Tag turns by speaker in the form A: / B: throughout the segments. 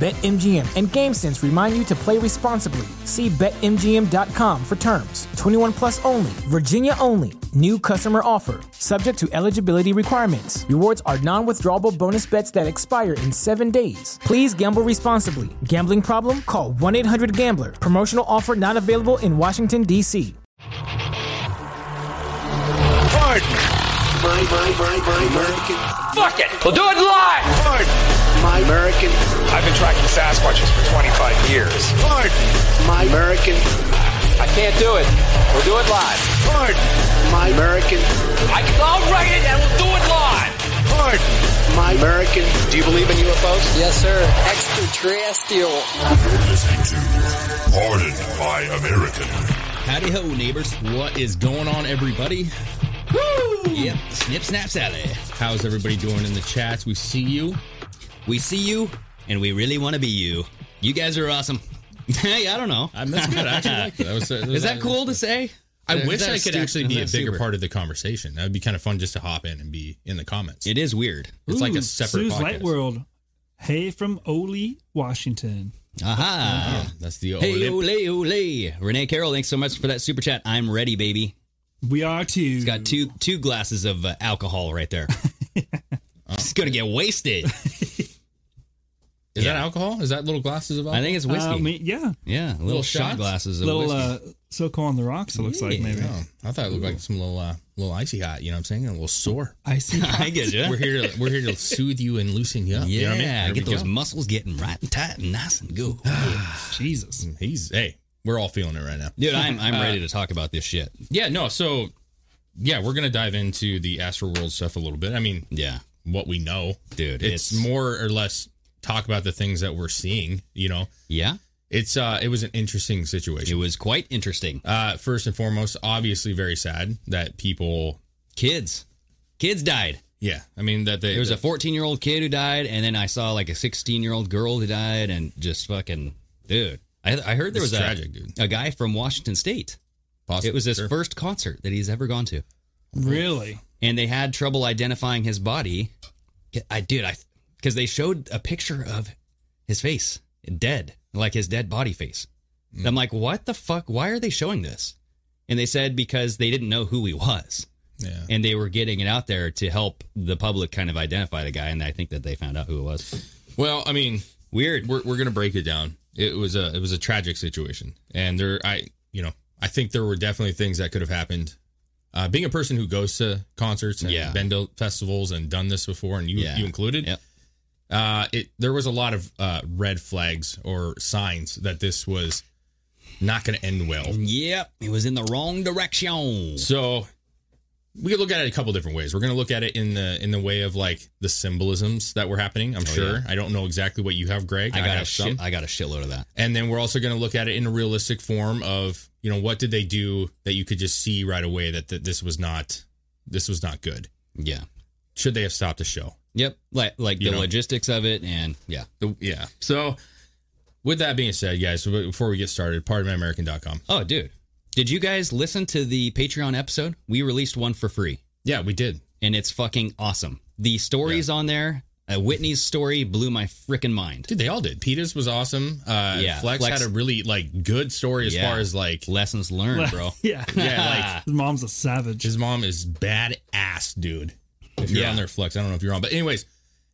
A: BetMGM and GameSense remind you to play responsibly. See BetMGM.com for terms. 21 plus only, Virginia only. New customer offer, subject to eligibility requirements. Rewards are non withdrawable bonus bets that expire in seven days. Please gamble responsibly. Gambling problem? Call 1 800 Gambler. Promotional offer not available in Washington, D.C.
B: Pardon.
C: My, my, my, my American.
B: Fuck it. We'll do it live.
C: Pardon. My American.
D: I've been tracking Sasquatches for 25 years.
C: Pardon. My American.
B: I can't do it. We'll do it live.
C: Pardon. My American.
B: I can, I'll write it and we'll do it live.
C: Pardon. My American.
D: Do you believe in UFOs?
E: Yes, sir. Extraterrestrial.
F: listening to Pardon My American.
G: Howdy ho, neighbors. What is going on, everybody? Woo! Yep, snip, snap, Sally. How's everybody doing in the chats? We see you. We see you, and we really want to be you. You guys are awesome. hey, I don't know.
H: Uh, That's good. I actually like that. that, was,
G: Is that cool to say?
H: I
G: Is
H: wish
G: that
H: I could
G: stupid?
H: actually
G: Is
H: be a
G: that
H: bigger
G: super?
H: part of the conversation. That would be kind of fun just to hop in and be in the comments.
G: It is weird.
H: It's like
I: Ooh,
H: a separate
I: Sue's
H: podcast.
I: Light World. Hey from Ole, Washington.
G: Aha.
H: That's the
G: Hey,
H: Olymp-
G: ole, ole. Renee Carroll, thanks so much for that super chat. I'm ready, baby.
I: We are too.
G: It's got two two glasses of uh, alcohol right there. Oh. It's gonna get wasted.
H: Is that
G: Yeah.
H: alcohol? Is that little glasses of alcohol?
G: I think it's
I: Uh,
G: whiskey.
I: I mean, yeah,
G: yeah, little,
H: Little
G: shot
H: shots?
G: glasses of
I: little
G: whiskey.
I: uh, Silco on the rocks. It looks like
G: Yeah.
I: maybe.
H: Oh, I thought it looked like some little uh, little icy hot. You know what I'm saying? A little sore.
I: I see.
G: I get you.
H: We're here to we're here to soothe you and loosen you
G: Yeah,
H: up. you know what I mean? There
G: get
H: we
G: those
H: go.
G: muscles getting right and tight and nice and go.
I: Jesus.
H: He's hey, we're all feeling it right now.
G: Dude, I'm I'm ready to talk about this shit.
H: Uh, Yeah, no. So yeah, we're gonna dive into the astral world stuff a little bit. I mean,
G: Yeah,
H: what we know,
G: dude.
H: it's, more or less talk about the things that we're seeing. You know,
G: Yeah,
H: it's uh, it was an interesting
G: it
H: situation.
G: was quite interesting.
H: Uh, first and foremost, obviously very sad that people.
G: Kids, kids died.
H: Yeah, I mean that they.
G: There was a 14 year old kid who died, and then I saw like a 16 year old girl who died, and just fucking dude. I, I heard there
H: It's
G: was a
H: tragic, dude.
G: a guy from Washington State.
H: possible-
G: It was his
H: sure.
G: first concert that he's ever gone to,
I: Really?
G: and they had trouble identifying his body. I did, I because they showed a picture of his face dead, like his dead body face. And I'm like, what the fuck? Why are they showing this? And they said because they didn't know who he was,
H: Yeah.
G: and they were getting it out there to help the public kind of identify the guy. And I think that they found out who it was.
H: Well, I mean,
G: Weird.
H: we're, we're gonna break it down it was a it was a tragic situation and there i you know i think there were definitely things that could have happened uh, being a person who goes to concerts and
G: Yeah.
H: been to festivals and done this before and you
G: Yeah.
H: you included
G: Yep.
H: uh it there was a lot of uh red flags or signs that this was not gonna end well
G: Yep, it was in the wrong direction.
H: so we could look at it a couple different ways. We're going to look at it in the in the way of like the symbolisms that were happening. I'm sure. I don't know exactly what you have, Greg.
G: Oh, I got a
H: have some.
G: shit, I got a shitload of that.
H: And then we're also going to look at it in a realistic form of, you know, what did they do that you could just see right away that, that this was not this was not good.
G: Yeah.
H: Should they have stopped the show?
G: Yep. Like like
H: You
G: the
H: know?
G: logistics of it and yeah.
H: The- yeah. So with that being said, guys, so before we get started, pardonmyamerican.com.
G: Oh, dude. Did you guys listen to the Patreon episode? We released one for free
H: Yeah, we did.
G: and it's fucking awesome. The stories on there, uh, Whitney's story blew my freaking mind.
H: Dude, they all did. Peter's was awesome. Uh
G: Yeah,
H: Flex,
G: Flex-
H: had a really like good story as
G: Yeah.
H: far as like
G: Lessons learned, bro.
I: yeah.
H: yeah, like
I: His mom's a savage.
H: his mom is badass, dude. If you're
G: Yeah.
H: on their flex, I don't know if you're on, but anyways,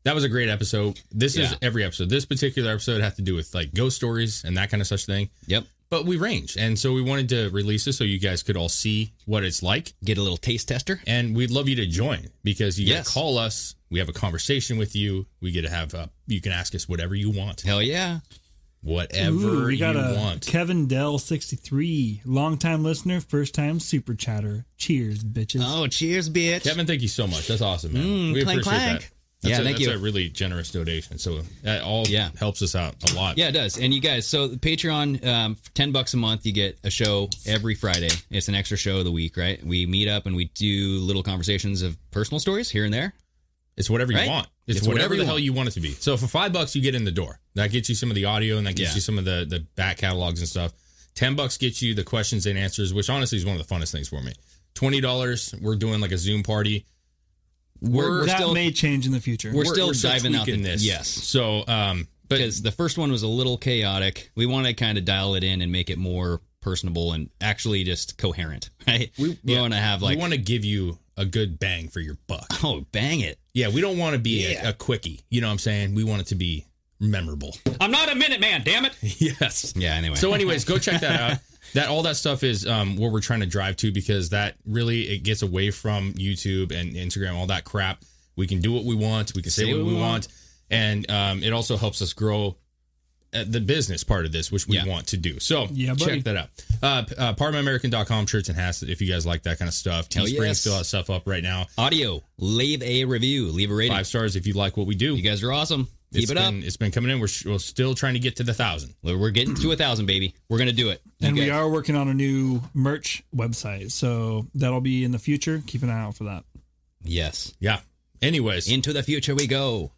H: that was a great episode. This is
G: Yeah.
H: every episode. This particular episode had to do with like ghost stories and that kind of such thing.
G: Yep.
H: But we range, and so we wanted to release this so you guys could all see what it's like.
G: Get a little taste tester.
H: And we'd love you to join because you
G: Yes.
H: can call us. We have a conversation with you. We get to have uh, you can ask us whatever you want.
G: Hell yeah.
H: whatever
I: Ooh, we got
H: you
I: a
H: want.
I: Kevin Dell 63, longtime listener, first time super chatter. Cheers, bitches.
G: Oh, cheers, bitch.
H: Kevin, thank you so much. That's awesome, man.
G: Mm,
H: we
G: clank,
H: appreciate
G: clank.
H: that. That's
G: Yeah,
H: a,
G: thank
H: that's
G: you.
H: a really generous donation. So that all
G: Yeah.
H: helps us out a lot.
G: Yeah, it does. And you guys, so the Patreon, um, for ten bucks a month, you get a show every Friday. It's an extra show of the week, right? We meet up and we do little conversations of personal stories here and there.
H: It's whatever you
G: Right?
H: want. It's,
G: It's
H: whatever,
G: whatever you
H: the hell
G: want.
H: you want it to be. So for five bucks, you get in the door. That gets you some of the audio and that gets
G: Yeah.
H: you some of the the back catalogs and stuff. Ten bucks gets you the questions and answers, which honestly is one of the funnest things for me. Twenty dollars, we're doing like a Zoom party.
G: We're, we're
I: that
G: still
I: may change in the future.
G: we're- still diving out
H: tweaking
G: the-
H: this.
G: yes.
H: So, um, but
G: because the first one was a little chaotic. We want to kind of dial it in and make it more personable and actually just coherent, right? We,
H: yeah,
G: want to have like,
H: we want to give you a good bang for your buck.
G: oh, bang it!
H: Yeah, we don't want to be a, a quickie. You know what I'm saying? We want it to be memorable.
G: I'm not a minute man, damn it!
H: yes.
G: Yeah. Anyway,
H: So, anyways, go check that out. That all that stuff is um, what we're trying to drive to because that really it gets away from YouTube and Instagram, all that crap. We can do what we want, we can say, what we want, and um, it also helps us grow uh, the business part of this, which we
G: Yeah.
H: want to do. So
I: Yeah, buddy.
H: check that out. Uh, p- uh, PardonMyAmerican.com shirts and hats if you guys like that kind of stuff.
G: Hell
H: Teespring
G: yes.
H: still has stuff up right now.
G: audio, leave a review, leave a rating.
H: Five stars if you like what we do.
G: You guys are awesome. Keep
H: It's
G: it up.
H: been, It's been coming in. We're, sh- we're still trying to get to the thousand.
G: We're we're getting to a thousand, baby. We're gonna do it. You
I: and we
G: guys-
I: are working on a new merch website. So that'll be in the future. Keep an eye out for that.
G: Yes.
H: Yeah. Anyways,
G: Into the future we go.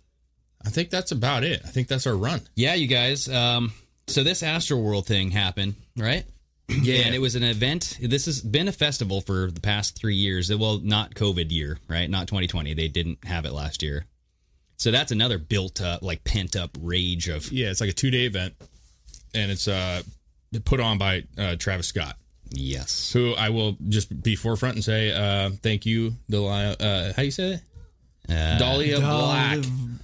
H: I think that's about it. I think that's our run.
G: Yeah, you guys. Um, so this Astroworld thing happened, right? Yeah. And it was an event. This has been a festival for the past three years. Well, not COVID year, right? Not 2020. They didn't have it last year. So that's another built up, like pent up rage of
H: Yeah, it's like a two day event, and it's uh put on by uh, Travis Scott,
G: yes.
H: who I will just be forefront and say uh, thank you, Delia. Uh, how you say it?
G: Uh,
H: Dahlia Black.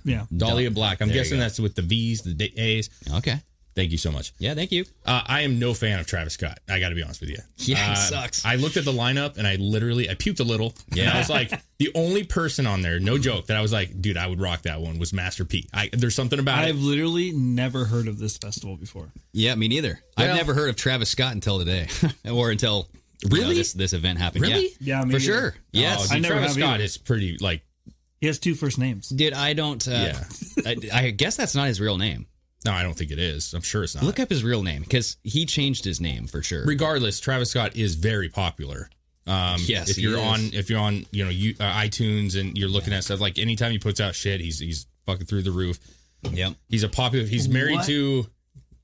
I: Yeah.
H: Dahlia Black. I'm
G: There you
H: guessing
G: go.
H: that's with the V's, the D- A's.
G: Okay.
H: Thank you so much.
G: Yeah. Thank you.
H: Uh, I am no fan of Travis Scott. I got to be honest with you.
G: Yeah, he
H: Uh,
G: sucks.
H: I looked at the lineup and I literally I puked a little. Yeah, I was like the only person on there, no joke, that I was like, dude, I would rock that one was Master P. I there's something about
I: I've
H: it.
I: literally never heard of this festival before.
G: Yeah, me neither. I've
H: Well-
G: never heard of Travis Scott until today, or until you know,
H: Really?
G: this, this event happened.
H: Really?
I: Yeah,
G: Yeah,
I: me
G: for
I: either.
G: sure. Yes,
H: oh,
I: I
H: dude,
I: never
H: Travis
I: have
H: Scott
I: either.
H: is pretty like
I: He has two first names.
G: Dude, I don't. Uh,
H: Yeah.
G: I, I guess that's not his real name.
H: No, I don't think it is. I'm sure it's not.
G: Look up his real name because he changed his name for sure.
H: Regardless, Travis Scott is very popular. Um,
G: Yes,
H: if
G: he
H: you're
G: is.
H: on, if you're on, you know, you, uh, iTunes and you're looking at stuff like anytime he puts out shit, he's he's fucking through the roof.
G: Yep.
H: He's a popular. He's married
I: What?
H: to.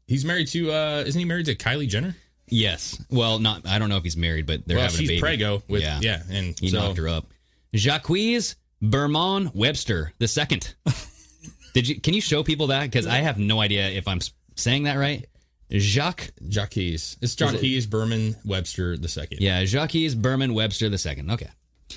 H: He's married to. uh Isn't he married to Kylie Jenner?
G: Yes. Well, not. I don't know if he's married, but they're
H: well,
G: having
H: she's
G: a baby.
H: prego with
G: Yeah.
H: yeah, and
G: He
H: so
G: knocked her up. Jacques Bermond Webster the second. Did you? Can you show people that? Because I have no idea if I'm s- saying that right. Jacques.
H: Jacques. It's Jacques Berman Webster the second.
G: Yeah, Jacques Berman Webster the second. Okay.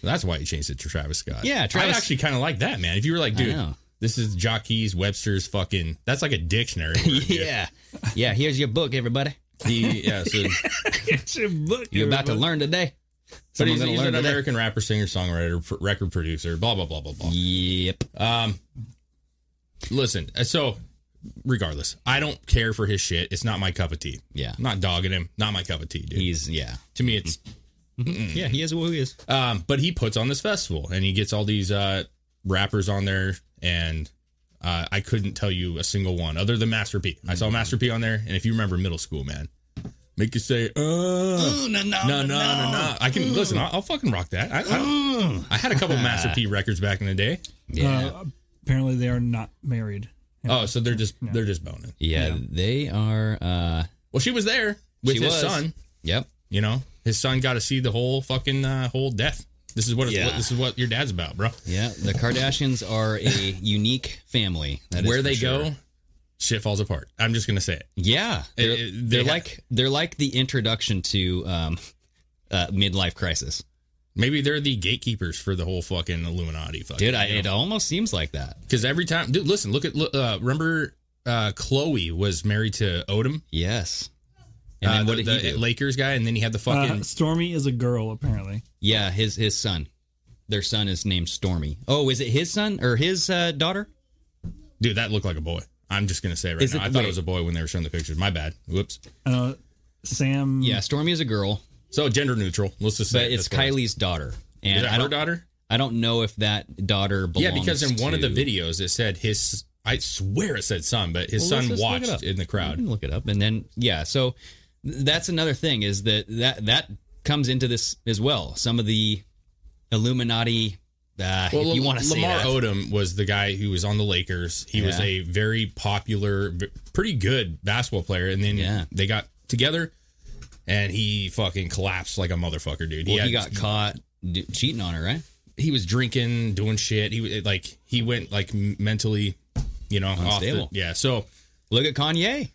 H: that's why he changed it to Travis Scott.
G: Yeah, Travis-
H: I actually kind of like that man. If you were like, dude,
G: know.
H: this is Jacques Webster's fucking. That's like a dictionary. word, dude.
G: Yeah. Yeah. Here's your book, everybody.
H: He, yeah, so
G: You're about to learn today.
H: But
G: Someone's
H: he's,
G: gonna
H: he's
G: learn
H: an
G: today.
H: American rapper, singer, songwriter, pr- record producer, blah blah blah blah blah.
G: Yep.
H: Listen, uh, so regardless, I don't care for his shit. It's not my cup of tea.
G: Yeah.
H: I'm not dogging him. Not my cup of tea, dude.
G: He's yeah.
H: to me, it's
G: Yeah, he is who he is.
H: um, but he puts on this festival and he gets all these uh rappers on there, and uh, I couldn't tell you a single one other than Master P. I
G: Mm-hmm.
H: saw Master P on there, and if you remember middle school, man, make you say, uh,
G: Oh, no, Hmm.
H: no, no, no, no. I
G: Mm.
H: can listen. I'll, I'll fucking rock that. I, I, don't- I had a couple Master P records back in the day.
G: Yeah.
I: Uh, apparently, they are not married.
H: Oh, so they're just they're just boning.
G: yeah, they are uh
H: Well, she was there with
G: She
H: his
G: was.
H: son.
G: yep.
H: You know, his son got to see the whole fucking uh, whole death. This is what, it's,
G: Yeah.
H: what this is what your dad's about, bro.
G: Yeah, the Kardashians are a unique family. That is
H: Where
G: for
H: they
G: sure.
H: go, shit falls apart. I'm just gonna say it.
G: Yeah. They're,
H: It- it-
G: they're
H: they ha-
G: like they're like the introduction to um uh midlife crisis.
H: Maybe they're the gatekeepers for the whole fucking Illuminati. Fucking,
G: Dude, I, it almost seems like that.
H: because every time, dude, listen, look at look, uh, remember uh, Chloe was married to Odom,
G: Yes. And
H: uh,
G: then what
H: the,
G: did he
H: the
G: do? Uh-huh.
H: Lakers guy, and then he had the fucking
I: Uh, Stormy is a girl, apparently.
G: yeah, his his son. Their son is named Stormy. Oh, is it his son or his uh, daughter?
H: dude that looked like a boy. I'm just gonna say it right
G: Is
H: now.
G: it-
H: I thought
G: wait.
H: it was a boy when they were showing the pictures. My bad. Whoops.
I: Uh, Sam.
G: Yeah, Stormy is a girl,
H: So gender neutral. Let's just say
G: but
H: Hmm. it
G: it's
H: this way.
G: Kylie's daughter, and
H: Is that
G: I
H: her
G: don't
H: daughter?
G: I don't know if that daughter belongs.
H: yeah, because in one of
G: to-
H: the videos it said his. I swear it said son, but his
G: Well, let's just
H: son
G: look it
H: watched
G: up. Mm-hmm.
H: in the
G: You
H: crowd.
G: can look it up, and then yeah, so th- that's another thing is that that that comes into this as well. Some of the Illuminati, uh, if you
H: Lam-
G: want to say
H: Lamar
G: that.
H: Odom was the guy who was on the Lakers. He was
G: Yeah.
H: a very popular, v- pretty good basketball player, and then
G: Yeah.
H: they got together, and he fucking collapsed like a motherfucker, dude.
G: well, he
H: had-
G: got caught d- cheating on her, right?
H: he was drinking, doing shit. He was like he went like m- mentally, you know, off the,
G: Unstable.
H: yeah. So
G: Look at Kanye.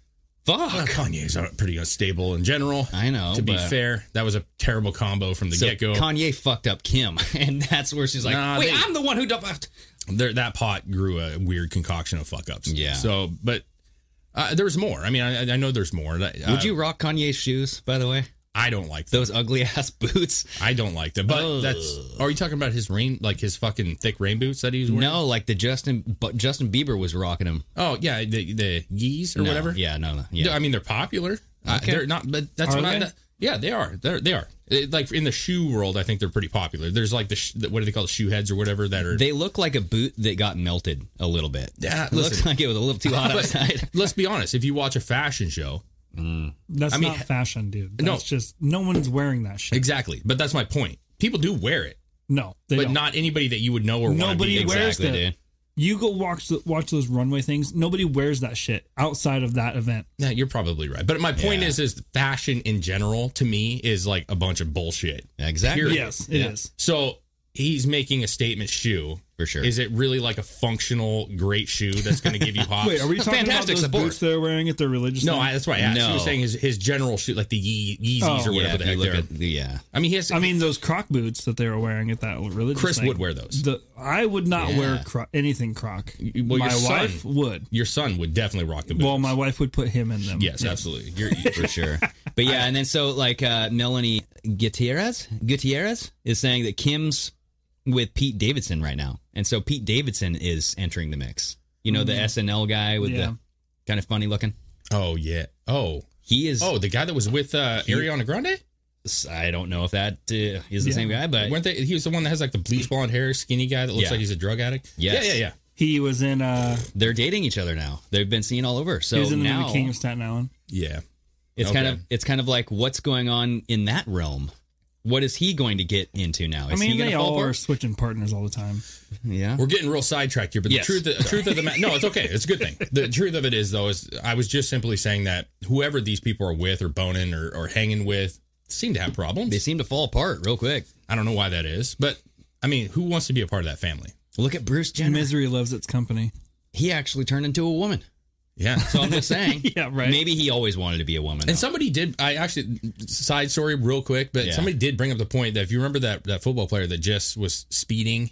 H: well,
G: Fuck.
H: Kanye's uh, pretty unstable in general.
G: I know,
H: To be
G: but-
H: fair, that was a terrible combo from the
G: So
H: get go.
G: Kanye fucked up Kim, and that's where she's like,
H: Nah,
G: "Wait,
H: they-
G: I'm the one who dumped."
H: there that pot grew a weird concoction of fuck ups.
G: Yeah.
H: So, but uh, there's more. I mean, I, I know there's more. That- uh,
G: Would you rock Kanye's shoes? By the way,
H: I don't like them.
G: those ugly ass boots.
H: I don't like them. But
G: Ugh.
H: that's. Are you talking about his rain, like his fucking thick rain boots that he's wearing?
G: No, like the Justin, but Justin Bieber was rocking them
H: Oh yeah, the the Yeezys or
G: No,
H: whatever.
G: Yeah, no, no, yeah.
H: I mean, they're popular. Uh,
G: Okay.
H: they're not, but that's
I: Are
H: not.
I: they?
H: that- yeah, they are. They're, they are. It- like in the shoe world, I think they're pretty popular. There's like the sh- the- what do they call the shoe heads or whatever that are.
G: They look like a boot that got melted a little bit.
H: Yeah,
G: It looks
H: listen.
G: like it was a little too hot outside.
H: let's be honest. If you watch a fashion show,
I: That's
H: I mean,
I: not fashion, dude. That's
H: no.
I: just no one's wearing that shit.
H: exactly. But that's my point. People do wear it,
I: No, they
H: but
I: don't.
H: not anybody that you would know or want to
I: Nobody
H: be.
I: wears
G: Exactly,
I: that.
G: dude.
I: You go watch the, watch those runway things. Nobody wears that shit outside of that event.
H: Yeah, you're probably right. But my point
G: Yeah.
H: is, is fashion in general to me is like a bunch of bullshit.
G: Exactly.
H: Period.
I: Yes, it is.
G: Yeah.
H: So he's making a statement shoe
G: For sure.
H: Is it really like a functional great shoe that's going to give you hops?
I: Wait, are we talking about
G: fantastic
I: those
G: support.
I: boots they're wearing at their religious?
H: No,
I: thing?
H: I, that's why I asked. He
G: No.
H: was saying his, his general shoe, like the Ye- Yeezys
I: Oh.
H: or
G: Yeah,
H: whatever
G: if
H: the
G: you
H: heck
G: look
H: they're.
G: at the, yeah.
H: I mean, he has.
I: I mean those Croc boots that they were wearing at that religious.
H: Chris
I: thing.
H: would wear those.
I: The I would not
G: Yeah.
I: wear cro- anything Croc.
H: well,
I: my
H: your son-
I: wife would.
H: your son would definitely rock the boots.
I: Well, my wife would put him in them.
H: yes, absolutely. You're,
G: For sure. But yeah, and then so like uh, Melanie Gutierrez Gutierrez is saying that Kim's with Pete Davidson right now. And so Pete Davidson is entering the mix. You know, the SNL guy with
I: Yeah.
G: the kind of funny looking.
H: oh yeah. Oh
G: He is
H: oh, the guy that was with uh, Ariana Grande.
G: I don't know if that uh, is the
I: Yeah.
G: same guy, but
H: Weren't they? He was the one that has like the bleach blonde hair, skinny guy that looks
G: Yeah.
H: like he's a drug addict.
G: Yes.
H: Yeah, yeah, yeah.
I: He was in uh
G: they're dating each other now. They've been seen all over. So
I: he was in the
G: now
I: movie King of Staten Island.
H: Yeah.
G: It's kind
H: Okay.
G: of it's kind of like what's going on in that realm. What is he going to get into now? Is
I: I
G: he
I: mean,
G: going
I: they
G: to
I: all
G: fall
I: are
G: apart?
I: switching partners all the time.
G: Yeah.
H: We're getting real sidetracked here, but
G: Yes.
H: the truth, the truth of the matter, no, it's okay. It's a good thing. The truth of it is, though, is I was just simply saying that whoever these people are with, or boning, or, or hanging with, seem to have problems.
G: They seem to fall apart real quick.
H: I don't know why that is, but I mean, who wants to be a part of that family?
G: Look at Bruce Jenner.
I: Misery loves its company.
G: He actually turned into a woman.
H: Yeah.
G: So I'm just saying.
I: Yeah, right.
G: Maybe he always wanted to be a woman.
H: and
G: though.
H: somebody did. I actually side story real quick, but
G: Yeah.
H: somebody did bring up the point that if you remember that that football player that just was speeding,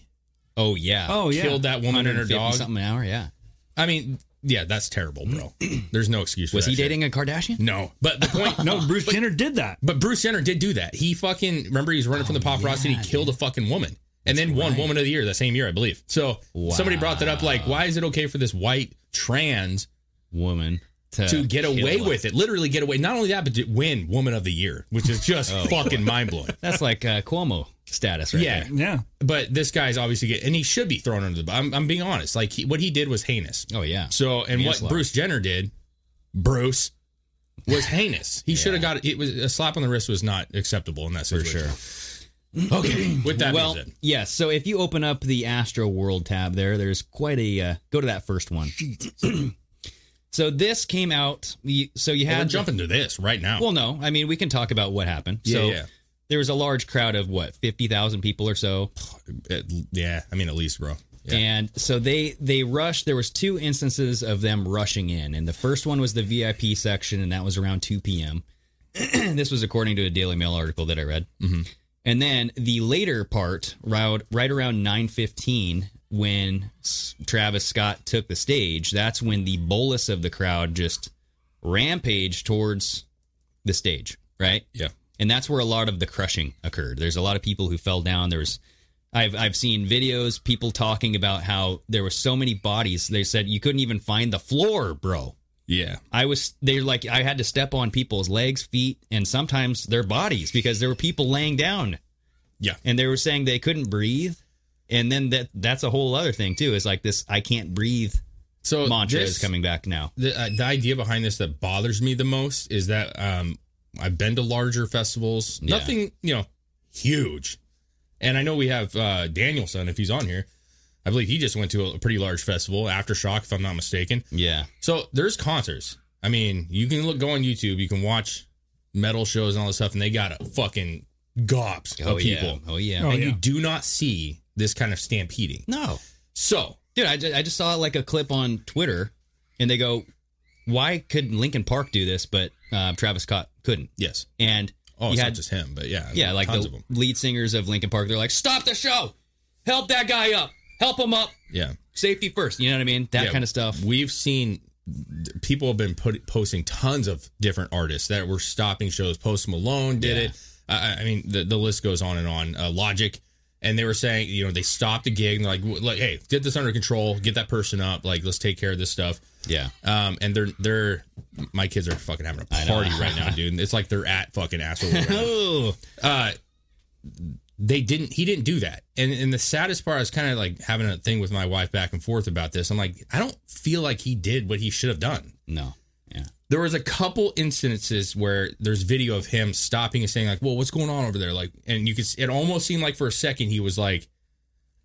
G: oh yeah.
I: Oh yeah,
H: killed that woman and her
G: 150
H: dog.
G: something an hour. Yeah.
H: I mean, yeah, that's terrible, bro. There's no excuse. For
G: Was
H: that
G: he
H: shit.
G: dating a Kardashian?
H: No, but the point.
I: No, Bruce Jenner did that.
H: But Bruce Jenner did do that. He fucking remember he was running from the
G: Oh,
H: paparazzi. and he killed a fucking woman, and then won Woman of the Year that same year, I believe. So somebody brought that up. Like, why is it okay for this white trans
G: Woman to,
H: to get
G: kill
H: away
G: a-
H: with it? Literally get away. Not only that, but to win Woman of the Year, which is just
G: Oh.
H: fucking mind blowing.
G: That's like uh, Cuomo status, right?
H: Yeah.
G: there.
I: Yeah,
H: But this guy's obviously get, and he should be thrown under the. bu- I'm, I'm being honest. Like he, what he did was heinous.
G: Oh yeah.
H: So and what
G: Manslaughter.
H: Bruce Jenner did, Bruce. Was heinous. He should have got it. Was a slap on the wrist was not acceptable in that situation. sure. Okay. With that
G: well,
H: being said,
G: yes. So if you open up the Astro World tab there, there's quite a uh, go to that first one. so this came out. you- So you
H: Well,
G: had
H: we're jumping to this right now.
G: Well, no, I mean we can talk about what happened.
H: Yeah,
G: so
H: yeah.
G: there was a large crowd of what fifty thousand people or so,
H: At- yeah, I mean at least, bro. Yeah.
G: and so they they rushed. There was two instances of them rushing in, and the first one was the VIP section, and that was around two p.m. this was according to a Daily Mail article that I read.
H: Mm-hmm.
G: And then the later part, right, right around 9:15, when S- Travis Scott took the stage, that's when the bolus of the crowd just rampaged towards the stage, right?
H: Yeah.
G: And that's where a lot of the crushing occurred. There's a lot of people who fell down. There was I've I've seen videos people talking about how there were so many bodies. They said you couldn't even find the floor, bro.
H: Yeah.
G: I was they're like I had to step on people's legs, feet, and sometimes their bodies because there were people laying down
H: Yeah.
G: and they were saying they couldn't breathe. And then that that's a whole other thing too. Is like this I can't breathe
H: So
G: mantra is
H: this-
G: coming back now.
H: the, uh, the idea behind this that bothers me the most is that um, I've been to larger festivals,
G: Yeah.
H: nothing you know huge, and I know we have uh, Danielson if he's on here. I believe he just went to a pretty large festival, AfterShock, if I'm not mistaken.
G: Yeah.
H: So there's concerts. I mean, you can look go on YouTube, you can watch metal shows and all this stuff, and they got a fucking gobs
G: Oh
H: of
G: yeah.
H: people,
G: Oh yeah.
I: Oh,
H: and you
I: yeah.
H: do not see this kind of stampeding.
G: No.
H: So
G: Dude, I just, I just saw like a clip on Twitter, and they go, "Why could Lincoln Park do this, but uh, Travis Scott couldn't?"
H: yes,
G: And
H: oh,
G: you
H: it's
G: had-
H: not just him, but yeah,
G: yeah, like
H: tons
G: the
H: of them.
G: lead singers of Lincoln Park, they're like, "Stop the show! Help that guy up! Help him up!
H: Yeah.
G: Safety first! You know what I mean? That
H: Yeah,
G: kind of stuff.
H: We've seen people have been put, posting tons of different artists that were stopping shows. Post Malone did
G: Yeah.
H: it. I, I- I mean, the, the list goes on and on. Uh, Logic, and they were saying, you know, they stopped the gig and they're like, w- like, hey, get this under control, get that person up, like, let's take care of this stuff.
G: yeah.
H: Um, and they're they're my kids are fucking having a
G: know.
H: party right now, dude. It's like they're at fucking asshole. Right now
G: Oh.
H: uh they didn't he didn't do that and and the saddest part i was kind of like having a thing with my wife back and forth about this i'm like i don't feel like he did what he should have done
G: No. Yeah.
H: there was a couple instances where there's video of him stopping and saying like well what's going on over there like and you could s- it almost seemed like for a second he was like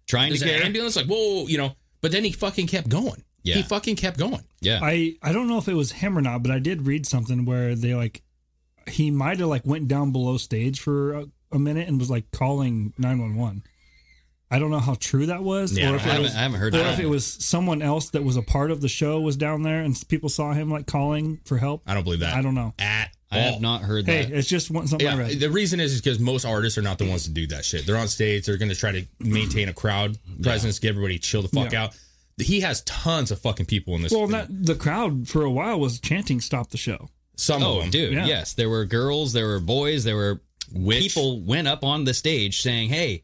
G: Trying
H: there's
G: to
H: an
G: get.
H: ambulance like whoa you know but then he fucking kept going
G: Yeah.
H: he fucking kept going
G: Yeah.
I: I I don't know if it was him or not, but I did read something where they like he might have like went down below stage for a, a minute and was like calling nine one one. I don't know how true that was,
H: Yeah,
I: or
G: I
I: if it
G: haven't,
I: was,
G: I haven't heard
I: or if
G: that.
I: it was someone else that was a part of the show was down there and people saw him like calling for help.
H: i don't believe that
I: I don't know.
H: at
G: I have
H: all.
G: not heard
I: Hey,
G: that.
I: it's just one, something I
H: Yeah,
I: read.
H: the reason is because most artists are not the ones to do that shit. They're on stage. They're going to try to maintain a crowd presence, get everybody to chill the fuck
I: Yeah.
H: out. He has tons of fucking people in this.
I: Well, not, the crowd for a while was chanting "Stop the show."
H: some of
G: Oh,
H: them,
G: dude,
I: Yeah.
G: yes. There were girls, there were boys, there were
H: Which-
G: people went up on the stage saying, "Hey,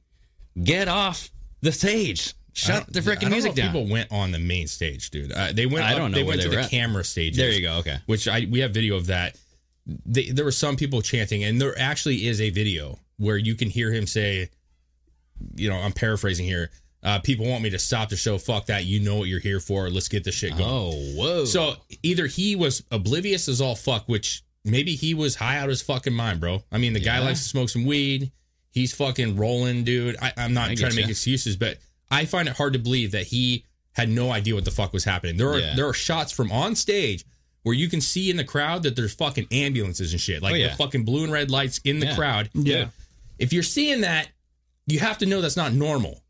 G: get off the stage! Shut the
H: I don't
G: freaking
H: know
G: music
H: if
G: down!"
H: People went on the main stage, dude. Uh, they went.
G: I
H: up-
G: don't know
H: They
G: where
H: went
G: they
H: to
G: were
H: the
G: at.
H: camera stages.
G: There you go, okay.
H: Which I we have video of that. They, there were some people chanting, and there actually is a video where you can hear him say, "You know, I'm paraphrasing here. Uh, people want me to stop the show. Fuck that. You know what you're here for. Let's get this shit going."
G: oh, whoa!
H: So either he was oblivious as all fuck, which maybe he was high out of his fucking mind, bro. I mean, the guy
G: Yeah.
H: likes to smoke some weed. He's fucking rolling, dude. I, I'm not
G: I
H: trying to make
G: getcha.
H: excuses, but I find it hard to believe that he had no idea what the fuck was happening. There are
G: Yeah.
H: there are shots from on stage where you can see in the crowd that there's fucking ambulances and shit, like
G: Oh, yeah.
H: the fucking blue and red lights in the
G: Yeah.
H: crowd.
I: Yeah.
H: If you're seeing that, you have to know that's not normal.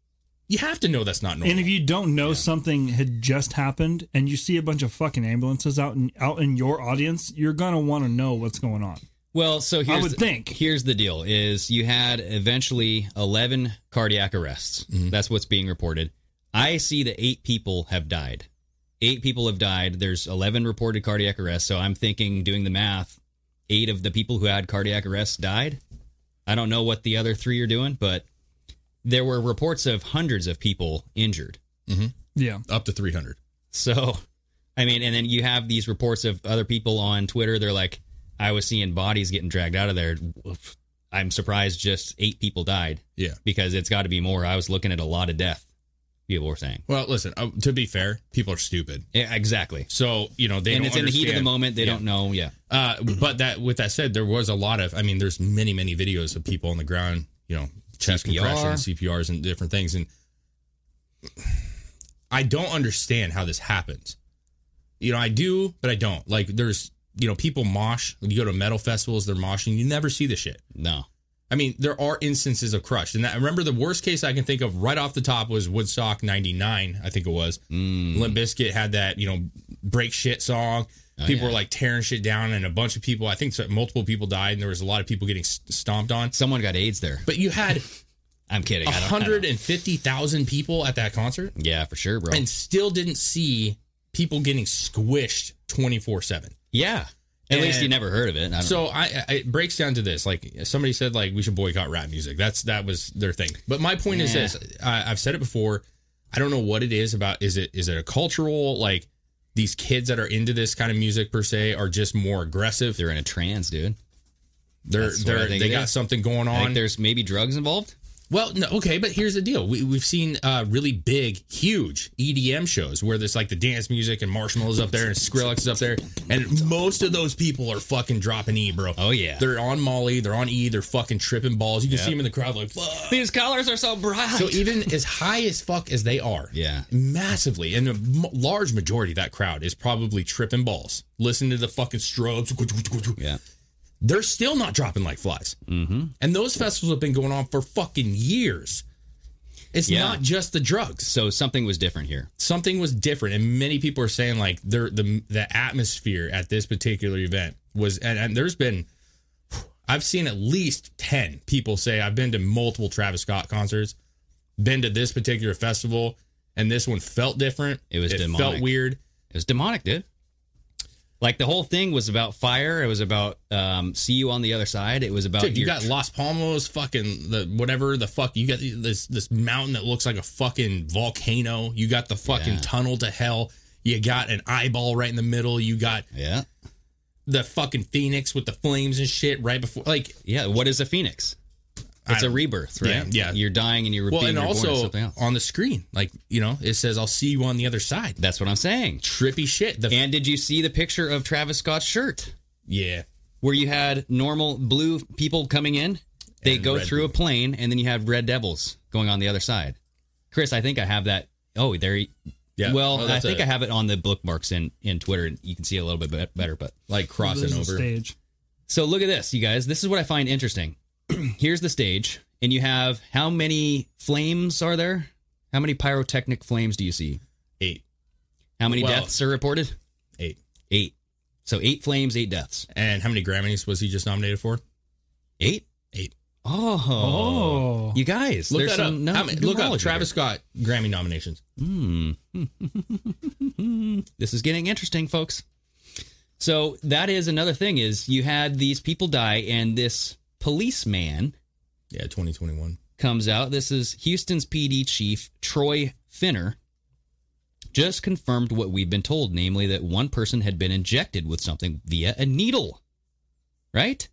H: You have to know that's not normal.
I: And if you don't know something had just happened and you see a bunch of fucking ambulances out in out in your audience, you're gonna want to know what's going on.
G: well, so here's
I: would
G: the,
I: think.
G: here's the deal: is you had eventually 11 cardiac arrests.
I: Mm-hmm.
G: That's what's being reported. I see that eight people have died. Eight people have died. There's 11 reported cardiac arrests. So I'm thinking, doing the math, eight of the people who had cardiac arrests died. I don't know what the other three are doing, but there were reports of hundreds of people injured.
I: Yeah,
H: Up to 300.
G: So, I mean, and then you have these reports of other people on Twitter. They're like, I was seeing bodies getting dragged out of there. Oof. I'm surprised just eight people died
H: Yeah.
G: because it's got to be more. I was looking at a lot of death, people were saying.
H: Well, listen, uh, to be fair, people are stupid.
G: Yeah, exactly.
H: So, you know, they
G: and
H: don't
G: it's in the heat of the
H: understand-
G: moment. They
H: Yeah.
G: don't know. Yeah.
H: Uh, but that with that said, there was a lot of I mean, there's many, many videos of people on the ground, you know, chest
G: CPR.
H: compressions, CPRs and different things. And I don't understand how this happens. You know, I do, but I don't. Like there's you know, people mosh. When you go to metal festivals, they're moshing. You never see this shit.
G: No.
H: I mean, there are instances of crushed. And I remember the worst case I can think of right off the top was Woodstock 99, I think it was.
G: Mm.
H: Limp Bizkit had that, you know, break shit song.
G: Oh,
H: people were like tearing shit down, and a bunch of people, I think so- multiple people died, and there was a lot of people getting st- stomped on.
G: Someone got AIDS there.
H: But you had
G: I'm kidding. I don't- I don't-
H: 150,000 people at that concert
G: Yeah, for sure, bro.
H: and still didn't see people getting squished 24 7.
G: yeah. At least
H: And-
G: you never heard of it. I don't
H: So I, I it breaks down to this: like somebody said, like we should boycott rap music. That's that was their thing. But my point is this: I, I've said it before. I don't know what it is about. Is it is it a cultural like these kids that are into this kind of music per se are just more aggressive?
G: they're in a trans, dude.
H: They're
G: That's what I
H: they're
G: think
H: they
G: it
H: got
G: is.
H: something going
G: I
H: on.
G: think there's maybe drugs involved.
H: Well, no, okay, but here's the deal. We, we've seen uh, really big, huge EDM shows where there's like the dance music and Marshmallows up there and Skrillex is up there, and most of those people are fucking dropping E, bro.
G: Oh, yeah.
H: they're on Molly, they're on E, they're fucking tripping balls. You can see them in the crowd like, fuck.
G: These colors are so bright.
H: So even as high as fuck as they are,
G: Yeah.
H: massively, and a m- large majority of that crowd is probably tripping balls, listening to the fucking strobes.
G: yeah.
H: They're still not dropping like flies.
G: Mm-hmm.
H: And those festivals have been going on for fucking years. It's
G: Yeah.
H: not just the drugs.
G: So something was different here.
H: Something was different, and many people are saying like there the the atmosphere at this particular event was, and, and there's been, I've seen at least ten people say I've been to multiple Travis Scott concerts, been to this particular festival, and this one felt different.
G: It was
H: it felt
G: demonic.
H: weird.
G: It was demonic, dude. Like the whole thing was about fire. It was about um, see you on the other side. It was about
H: Dude, you
G: your-
H: got Los Palmos, fucking the whatever the fuck. You got this this mountain that looks like a fucking volcano. You got the fucking
G: Yeah.
H: tunnel to hell. You got an eyeball right in the middle. You got
G: yeah,
H: the fucking phoenix with the flames and shit right before. Like,
G: yeah. What is a phoenix? It's
H: I-
G: a rebirth, right?
H: Yeah, yeah.
G: You're dying and you're
H: well,
G: being
H: and
G: reborn as
H: also
G: something else.
H: on the screen, like you know, it says "I'll see you on the other side."
G: That's what I'm saying.
H: Trippy shit. The
G: And did you see the picture of Travis Scott's shirt
H: yeah,
G: where you had normal blue people coming in? They
H: And
G: go
H: red
G: through a
H: people.
G: plane and then you have red devils going on the other side. Chris, I think I have that. Oh, there. he-
H: yeah.
G: Well,
H: Oh,
G: I
H: that's
G: think
H: a-
G: I have it on the bookmarks in in Twitter, and you can see it a little bit be- better. But
H: like crossing
I: There's the
H: over.
I: stage.
G: So look at this, you guys. This is what I find interesting. Here's the stage, and you have how many flames are there? How many pyrotechnic flames do you see?
H: Eight,
G: How many
H: Well-
G: deaths are reported?
H: eight.
G: Eight. So eight flames, eight deaths.
H: And how many Grammys was he just nominated for?
G: Eight?
H: Eight.
G: Oh.
I: Oh,
G: You guys,
H: Look
G: there's
H: that up.
G: some no-
H: How many- look up
G: numerology
H: Travis Scott Grammy nominations.
G: this is getting interesting folks so that is another thing is you had these people die and this policeman
H: Yeah, 2021.
G: comes out this is houston's pd chief troy finner just confirmed what we've been told namely that one person had been injected with something via a needle right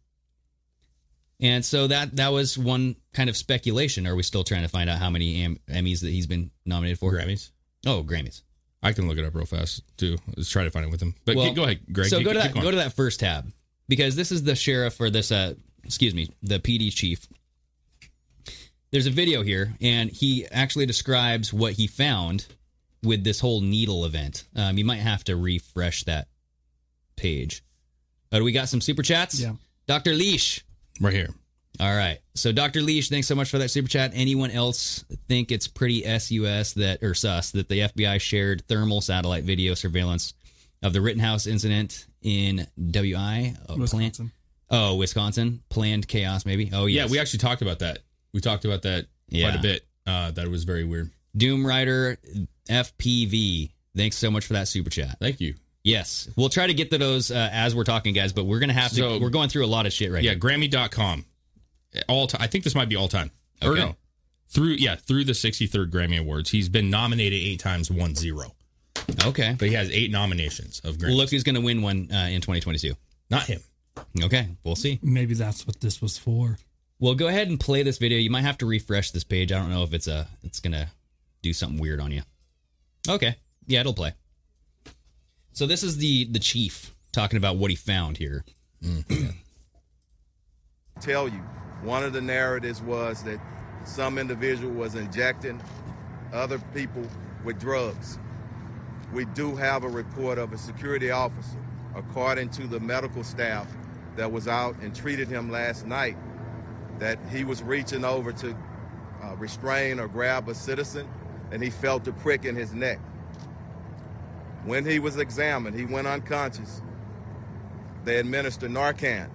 G: and so that that was one kind of speculation are we still trying to find out how many Am- emmys that he's been nominated for
H: Grammys.
G: oh grammys
H: I can look it up real fast too. Let's try to find it with him. But
G: Well,
H: keep- go ahead, Greg.
G: So
H: Keep-
G: go to
H: keep
G: that
H: going.
G: go to that first tab because this is the sheriff or this uh excuse me the PD chief. There's a video here, and he actually describes what he found with this whole needle event. Um, you might have to refresh that page. But we got some super chats.
I: Yeah.
G: Dr. Leash.
H: right here.
G: All right. So Dr. Leash, thanks so much for that super chat. Anyone else think it's pretty sus that or sus that the FBI shared thermal satellite video surveillance of the Rittenhouse incident in WI oh, Plant?
I: Wisconsin.
G: Oh, Wisconsin, planned chaos maybe. Oh
H: Yeah,
G: yes.
H: we actually talked about that. We talked about that quite
G: Yeah.
H: a bit. Uh, that was very weird.
G: Doom Rider FPV. Thanks so much for that super chat.
H: Thank you.
G: Yes, we'll try to get to those uh, as we're talking, guys. But we're gonna have to.
H: So-
G: we're going through a lot of shit right
H: Yeah,
G: now.
H: Grammy.com. All time. I think this might be all time. Or
G: Okay.
H: no. Through yeah, through the 63rd Grammy Awards, he's been nominated eight times, one zero.
G: Okay.
H: But he has eight nominations of Grammy.
G: Look who's gonna win one uh, in 2022.
H: not him.
G: Okay, we'll see.
I: Maybe that's what this was for.
G: Well, go ahead and play this video. You might have to refresh this page. I don't know if it's a it's gonna do something weird on you. Okay, yeah, it'll play. So this is the the chief talking about what he found here.
J: tell you. One of the narratives was that some individual was injecting other people with drugs. We do have a report of a security officer, according to the medical staff that was out and treated him last night, that he was reaching over to uh, restrain or grab a citizen, and he felt a prick in his neck. When he was examined, he went unconscious. They administered Narcan.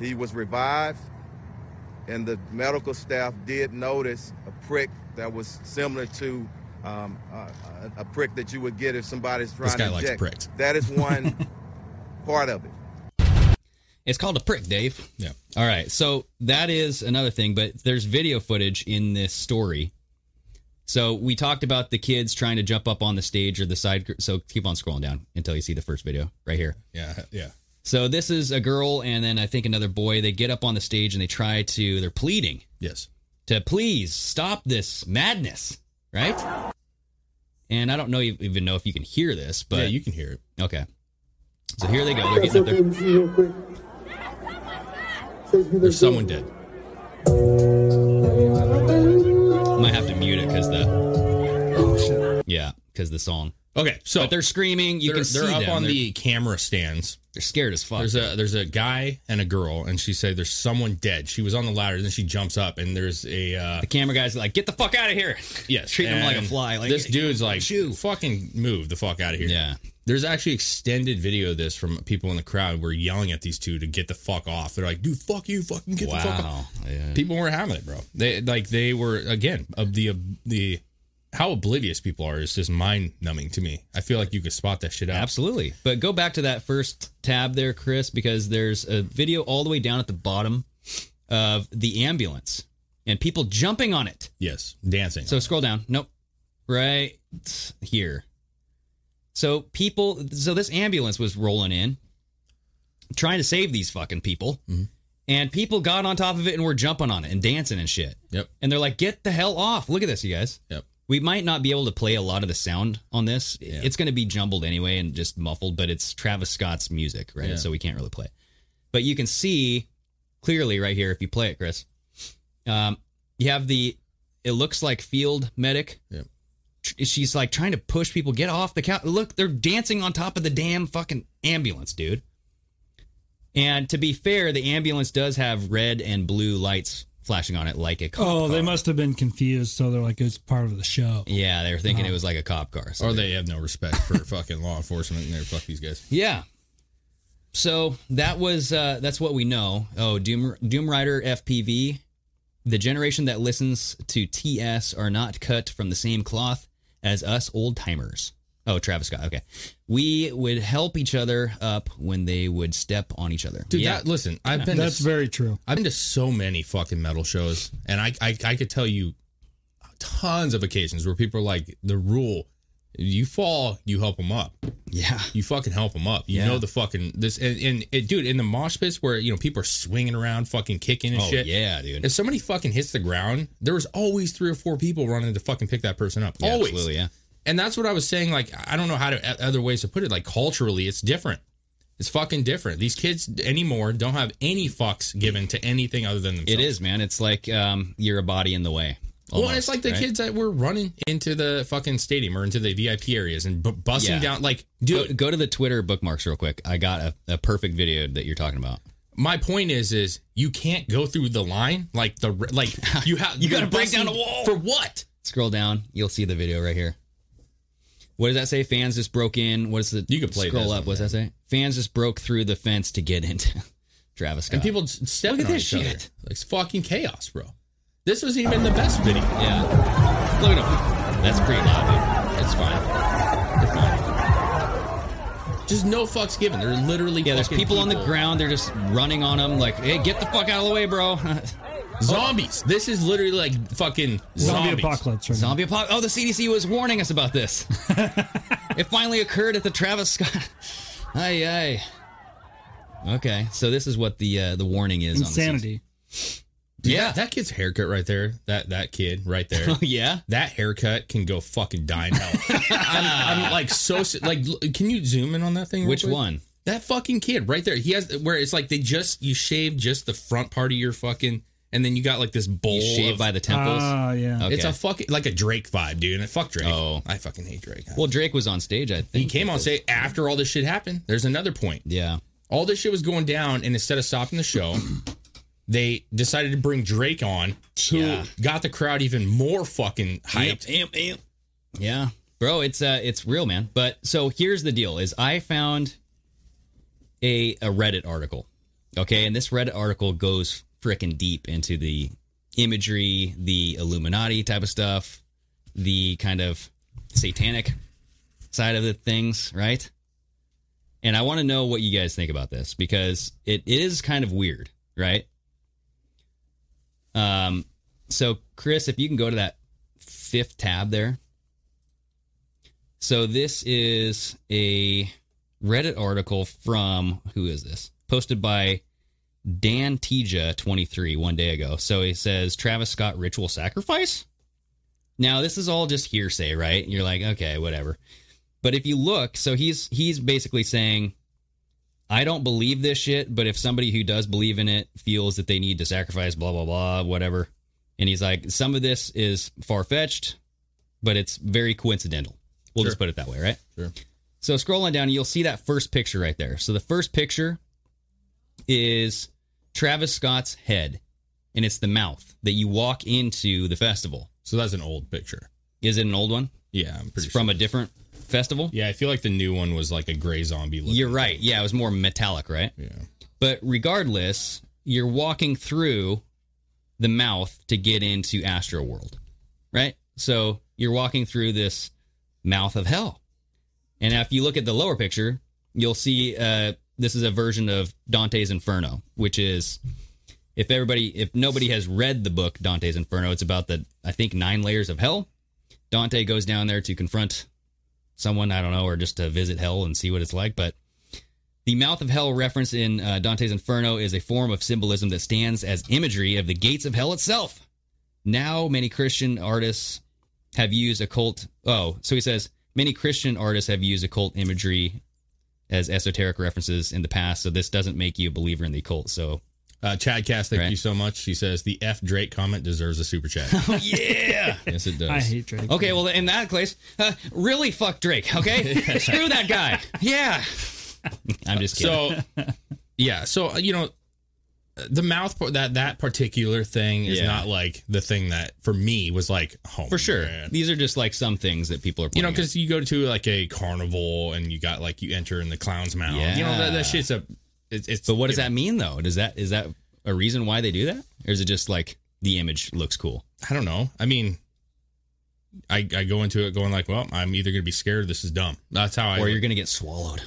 J: He was revived, and the medical staff did notice a prick that was similar to um, a, a- a prick that you would get if somebody's trying
H: guy
J: to
H: likes
J: inject.
H: pricks.
J: That is one part of it.
G: It's called a prick, Dave.
H: Yeah.
G: All right. So that is another thing, but there's video footage in this story. So we talked about the kids trying to jump up on the stage or the side. gr- So keep on scrolling down until you see the first video right here.
H: Yeah, yeah.
G: So this is a girl and then I think another boy. They get up on the stage and they try to, they're pleading
H: Yes.
G: to please stop this madness, right? And I don't know even know if you can hear this, but
H: yeah, you can hear it.
G: okay. So here they go. They're getting up there.
H: There's someone dead.
G: Might have to mute it because the. Yeah, because the song.
H: Okay, Oh, so
G: But they're screaming. You
H: they're,
G: can see
H: they're up
G: them.
H: on
G: they're,
H: the camera stands.
G: They're scared as fuck.
H: There's a there's a guy and a girl, and she said there's someone dead. She was on the ladder, then she jumps up, and there's a uh,
G: the camera guys are like, get the fuck out of here.
H: yes,
G: treating him like a
H: and
G: fly. Like
H: this dude's like,
G: shoo.
H: fucking move the fuck out of here.
G: Yeah.
H: There's actually extended video of this from people in the crowd were yelling at these two to get the fuck off. They're like, dude, fuck you, fucking get the fuck off.
G: Wow. Yeah.
H: People weren't having it, bro. They like they were again of the the how oblivious people are is just mind numbing to me. I feel like you could spot that shit out.
G: Absolutely. But go back to that first tab there, Chris, because there's a video all the way down at the bottom of the ambulance and people jumping on it.
H: Yes, dancing.
G: So scroll down. Nope. Right here. So people so this ambulance was rolling in trying to save these fucking people. And people got on top of it and were jumping on it and dancing and shit.
H: Yep.
G: And they're like, "Get the hell off. Look at this, you guys."
H: Yep.
G: We might not be able to play a lot of the sound on this. It's going to be jumbled anyway and just muffled, but it's Travis Scott's music, right?
H: Yeah.
G: So we can't really play it. But you can see clearly right here if you play it, Chris. Um, you have the it looks like field medic.
H: Yep.
G: Tr- She's like trying to push people get off the couch. Look, they're dancing on top of the damn fucking ambulance, dude. And to be fair, the ambulance does have red and blue lights flashing on it like a cop
I: Oh,
G: car.
I: they must have been confused, so they're like, it's part of the show.
G: Yeah, they were thinking
H: Uh-huh.
G: it was like a cop car. So
H: Or they have no respect for fucking law enforcement and they're fuck these guys.
G: Yeah. So that was uh, that's what we know. Oh, Doom Doom Rider FPV. The generation that listens to TS are not cut from the same cloth as us old timers. Oh, Travis Scott. Okay, we would help each other up when they would step on each other.
H: Dude,
G: yeah,
H: that, listen, I've been
I: That's
H: to,
I: very true.
H: I've been to so many fucking metal shows and I, I I could tell you tons of occasions where people are like the rule you fall, you help them up.
G: yeah,
H: You fucking help them up. You
G: Yeah.
H: know the fucking this and, and it, dude in the mosh pits where you know people are swinging around, fucking kicking and
G: oh
H: shit.
G: yeah, dude.
H: If somebody fucking hits the ground, there was always three or four people running to fucking pick that person up.
G: Yeah,
H: always,
G: absolutely, yeah.
H: And that's what I was saying. Like, I don't know how to o- other ways to put it. Like, culturally, it's different. It's fucking different. These kids anymore don't have any fucks given to anything other than
G: It
H: themselves.
G: is, man. It's like um, you're a body in the way.
H: well, and it's
G: almost,
H: like the
G: right?
H: kids that were running into the fucking stadium or into the VIP areas and b- busting
G: Yeah.
H: down. Like,
G: Go,
H: dude,
G: go to the Twitter bookmarks real quick. I got a, a perfect video that you're talking about.
H: my point is, is you can't go through the line. Like the re- like you have
G: You gotta break down a wall.
H: for what?
G: Scroll down, you'll see the video right here. What does that say? Fans just broke in. What is the
H: You could play
G: scroll
H: this
G: up?
H: one,
G: What's that say? Fans just broke through the fence to get into Travis Scott.
H: And people just stepping
G: Look at
H: on
G: this
H: each other.
G: shit.
H: Like, It's fucking chaos, bro. This was even the best video.
G: yeah, look at him. That's pretty loud, dude.
H: It's fine. They're fine. Just no fucks given. They're literally
G: Yeah, there's
H: fucking
G: people on the ground. They're just running on him. Like, hey, get the fuck out of the way, bro.
H: Zombies. This is literally like fucking
I: Zombie
H: zombies.
I: apocalypse. Right now.
G: Zombie apocalypse. Oh, the CDC was warning us about this. it finally occurred at the Travis Scott. Aye, aye. Okay, so this is what the uh, the warning is. On
I: Insanity.
G: the CDC.
H: Yeah,
G: yeah.
H: that, that kid's haircut right there. That that kid right there.
G: oh, yeah.
H: that haircut can go fucking die now. I'm, I'm like so s- like. l- Can you zoom in on that thing? real
G: Which
H: quick?
G: one?
H: That fucking kid right there. He has where it's like they just you shave just the front part of your fucking, and then you got like this bowl
G: You shaved
H: of-
G: by the temples.
I: Ah, yeah.
G: Okay.
H: It's a fucking like a Drake vibe, dude. And fuck Drake.
G: Oh.
H: I fucking hate Drake.
G: well, Drake was on stage, I think.
H: he came on say after all this shit happened. There's another point.
G: Yeah.
H: All this shit was going down, and instead of stopping the show, they decided to bring Drake on, who
G: Yeah.
H: got the crowd even more fucking hyped.
G: Yeah. Bro, it's uh it's real, man. But so here's the deal is I found a a Reddit article. Okay, and this Reddit article goes freaking deep into the imagery, the Illuminati type of stuff, the kind of satanic side of the things, right? And I want to know what you guys think about this because it is kind of weird, right? Um, so Chris, if you can go to that fifth tab there. So this is a Reddit article from who is this? Posted by Dan Tija 23 one day ago. So he says Travis Scott ritual sacrifice. Now this is all just hearsay, right? You're like, okay, whatever. But if you look, so he's he's basically saying I don't believe this shit, but if somebody who does believe in it feels that they need to sacrifice blah blah blah whatever. And he's like some of this is far-fetched, but it's very coincidental. We'll
H: Sure.
G: just put it that way, right?
H: Sure.
G: So scrolling down, you'll see that first picture right there. So the first picture is Travis Scott's head, and it's the mouth that you walk into the festival.
H: So that's an old picture.
G: Is it an old one?
H: Yeah, I'm
G: It's
H: pretty
G: from
H: sure.
G: a different festival.
H: yeah, I feel like the new one was like a gray zombie. Look.
G: You're right. Yeah, it was more metallic, right?
H: Yeah.
G: But regardless, you're walking through the mouth to get into Astro World, right? So you're walking through this mouth of hell. And if you look at the lower picture, you'll see uh, this is a version of Dante's Inferno, which is if everybody, if nobody has read the book Dante's Inferno, it's about the I think nine layers of hell. Dante goes down there to confront someone I don't know, or just to visit hell and see what it's like, but. The mouth of hell reference in uh, Dante's Inferno is a form of symbolism that stands as imagery of the gates of hell itself. Now, many Christian artists have used occult. Oh, so he says many Christian artists have used occult imagery as esoteric references in the past. So this doesn't make you a believer in the occult. So
H: Uh, Chad Cass, thank
G: Right.
H: you so much. He says the F Drake comment deserves a super chat.
G: Oh, yeah.
H: yes, it does.
I: I hate Drake.
G: Okay, well, in that case, uh, really fuck Drake. Okay, screw that guy. Yeah, I'm just kidding.
H: so yeah so uh, you know the mouth part- that that particular thing is
G: Yeah.
H: not like the thing that for me was like oh,
G: for sure,
H: man.
G: these are just like some things that people are.
H: you know
G: pointing out.
H: because you go to like a carnival and you got like you enter in the clown's mouth you know
G: Yeah.
H: that, that shit's a it's, it's
G: But what does
H: you know,
G: that mean though? Does that is that a reason why they do that? Or is it just like the image looks cool?
H: i don't know i mean I, I go into it going like well i'm either gonna be scared or this is dumb that's how i
G: or you're gonna get swallowed.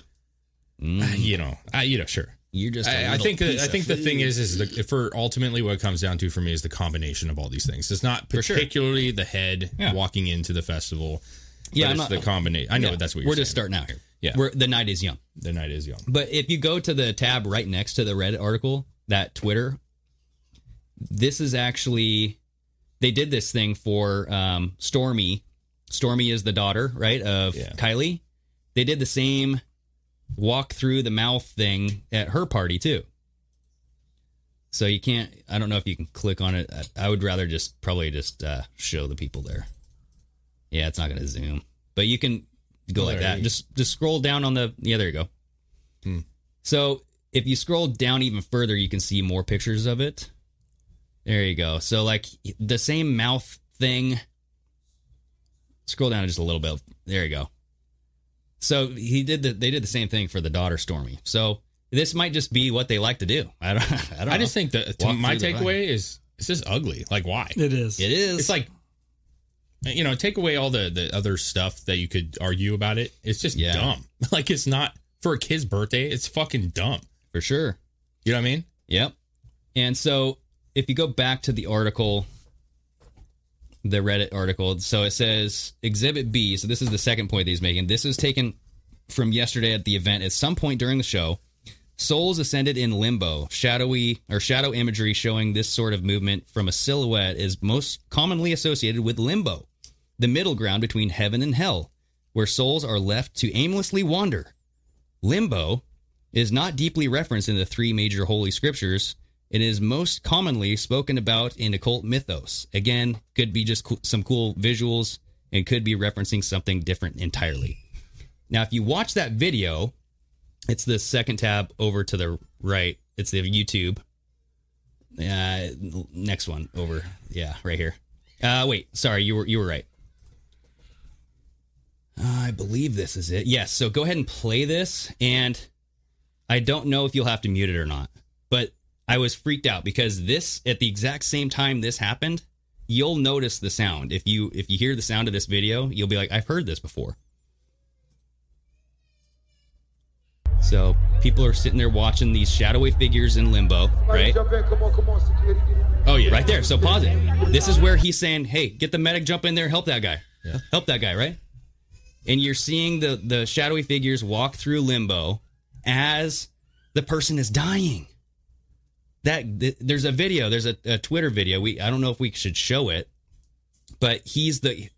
G: Mm.
H: you know I, you know sure
G: You're just
H: I, I think that, I think the thing is is the, for ultimately what it comes down to for me is the combination of all these things. It's not
G: sure.
H: particularly the head
G: Yeah.
H: walking into the festival.
G: Yeah,
H: but
G: I'm
H: it's
G: not-
H: the combination. I know that's what you're
G: We're just
H: saying.
G: starting out here.
H: Yeah.
G: We're the night is young.
H: The night is young.
G: But if you go to the tab right next to the Reddit article, that Twitter, this is actually they did this thing for um, Stormy. Stormy is the daughter, right, of
H: Yeah.
G: Kylie. They did the same walk through the mouth thing at her party too. So you can't. I don't know if you can click on it. I, I would rather just probably just uh, show the people there. Yeah, it's not going to zoom, but you can go like that. Just just scroll down on the. Yeah, there you go.
H: Hmm.
G: So if you scroll down even further, you can see more pictures of it. There you go. So like the same mouth thing. Scroll down just a little bit. There you go. So he did the they did the same thing for the daughter Stormy. So this might just be what they like to do. I don't. I don't.
H: I just
G: know.
H: think that to
G: Walk
H: my
G: through the
H: takeaway is it's just ugly. Like why?
I: It is.
G: it is.
H: It's like you know, take away all the the other stuff that you could argue about it. It's just
G: Yeah.
H: dumb. Like it's not for a kid's birthday. It's fucking dumb.
G: for sure.
H: You know what I mean?
G: Yep. And so if you go back to the article, the Reddit article, so it says Exhibit B. So this is the second point that he's making. This is taken from yesterday at the event. At some point during the show, souls ascended in limbo, shadowy or shadow imagery showing this sort of movement from a silhouette is most commonly associated with limbo, the middle ground between heaven and hell, where souls are left to aimlessly wander. Limbo is not deeply referenced in the three major holy scriptures. It is most commonly spoken about in occult mythos. Again, could be just co- some cool visuals and could be referencing something different entirely. Now, if you watch that video, it's the second tab over to the right. It's the YouTube. Uh, next one over. Yeah, right here. Uh, wait, sorry, you were you were right. Uh, I believe this is it. Yes. So go ahead and play this. And I don't know if you'll have to mute it or not, but I was freaked out because this at the exact same time this happened, you'll notice the sound. If you if you hear the sound of this video, you'll be like, I've heard this before.
H: So people are sitting there watching these shadowy figures in limbo, right? Oh yeah, right there. So pause it. This is where he's saying, "Hey, get the medic, jump in there, help that guy, help that guy," right? And you're seeing the the shadowy figures walk through limbo as the person is dying. That th- there's a video, there's a, a Twitter video. We I don't know if we should show it, but he's the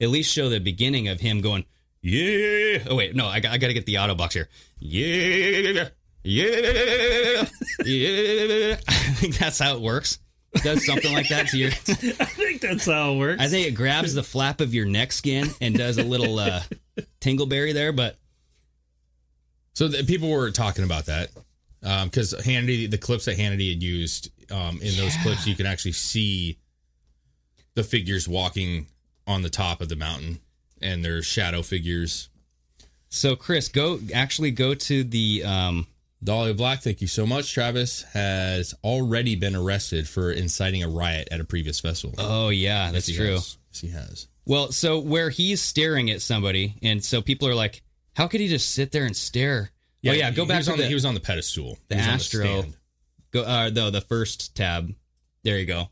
H: at least show the beginning of him going, yeah. Oh wait, no, I, got- I got to get the auto box here. Yeah, yeah, yeah. I think that's how it works. It does something like that to your.
I: I think that's how it works.
H: I think it grabs the flap of your neck skin and does a little uh, tingleberry there, but
F: So the, people were talking about that because Hannity, the clips that Hannity had used um, in those clips, you can actually see the figures walking on the top of the mountain, and their shadow figures.
H: So Chris, go actually go to the um,
F: Dolly Black, thank you so much. Travis has already been arrested for inciting a riot at a previous festival.
H: oh yeah, that's
F: Yes, he
H: true.
F: has. Yes, he has.
H: Well, so where he's staring at somebody, and so people are like, "How could he just sit there and stare?" oh yeah, go
F: he
H: back
F: was
H: to
F: on
H: the,
F: he was on the pedestal.
H: the
F: He was on
H: Astro.
F: stand.
H: Go uh, no, the first tab. There you go,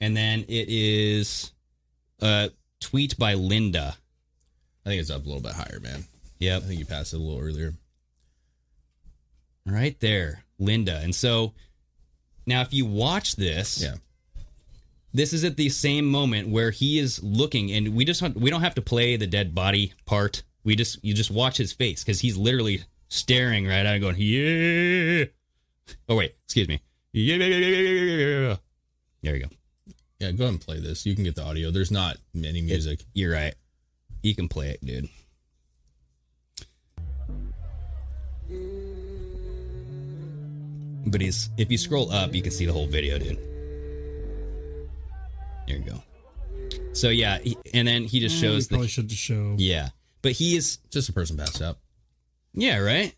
H: and then it is a tweet by Linda.
F: I think it's up a little bit higher, man. I
H: Yep,
F: think you passed it a little earlier.
H: right there, Linda. And so now, if you watch this,
F: Yeah.
H: this is at the same moment where he is looking and we just we don't have to play the dead body part we just you just watch his face because he's literally staring right at it going yeah oh wait excuse me yeah there you go
F: Yeah, go ahead and play this. You can get the audio. There's not any music.
H: you're right you can play it dude but he's if you scroll up you can see the whole video dude there you go so yeah he, and then he just shows
I: we probably
H: the
I: should just show.
H: Yeah. But he is
F: Just a person passed out.
H: yeah, right?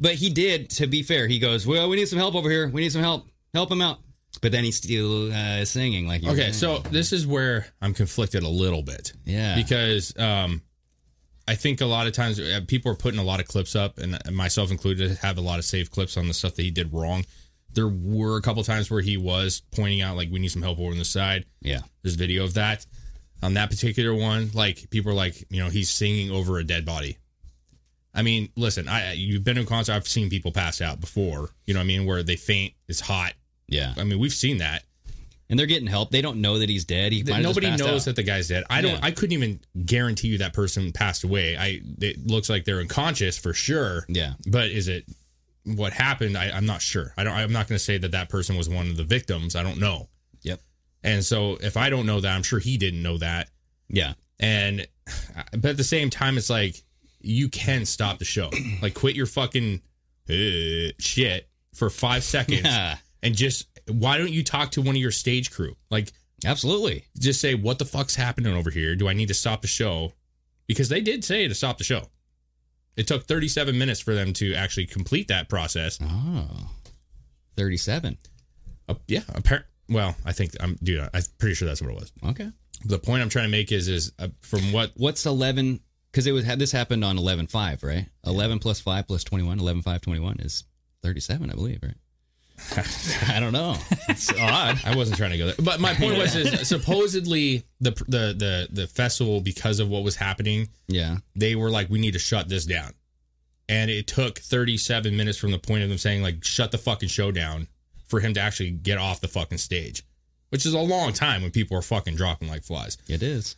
H: But he did, to be fair, he goes, Well, we need some help over here. We need some help. Help him out. But then he's still uh, singing like you
F: Okay,
H: were-
F: so this is where I'm conflicted a little bit.
H: Yeah.
F: Because um, I think a lot of times uh, people are putting a lot of clips up, and myself included, have a lot of saved clips on the stuff that he did wrong. There were a couple times where he was pointing out, like, we need some help over on the side.
H: Yeah.
F: There's video of that. On that particular one, like, people are like, you know, he's singing over a dead body. I mean, listen, I you've been to a concert, I've seen people pass out before, you know what I mean, where they faint, it's hot.
H: Yeah.
F: I mean, we've seen that
H: And they're getting help. They don't know that he's dead. He
F: that
H: might have just
F: nobody
H: passed
F: knows
H: out.
F: that the guy's dead. I don't.
H: Yeah.
F: I couldn't even guarantee you that person passed away. I. It looks like they're unconscious for sure.
H: Yeah.
F: But is it what happened? I, I'm not sure. I don't. I'm not going to say that that person was one of the victims. I don't know.
H: Yep.
F: And so if I don't know that, I'm sure he didn't know that.
H: Yeah.
F: And but at the same time, it's like you can stop the show. like quit your fucking uh, shit for five seconds
H: Yeah.
F: and just. Why don't you talk to one of your stage crew? Like
H: Absolutely.
F: just say what the fuck's happening over here do i need to stop the show because they did say to stop the show it took 37 minutes for them to actually complete that process
H: Oh. 37.
F: uh, yeah appar- well i think i'm dude I- i'm pretty sure that's what it was
H: Okay.
F: the point i'm trying to make is is uh, from what
H: What's 11? Because it was this happened on 11 5, right? 11 plus 5 plus 21, 11 5 21 is 37, I believe, right? I don't know. It's odd.
F: I wasn't trying to go there, but my point was is supposedly the the the the festival because of what was happening
H: Yeah.
F: they were like, we need to shut this down. And it took 37 minutes from the point of them saying, like, shut the fucking show down for him to actually get off the fucking stage, which is a long time when people are fucking dropping like flies.
H: It is.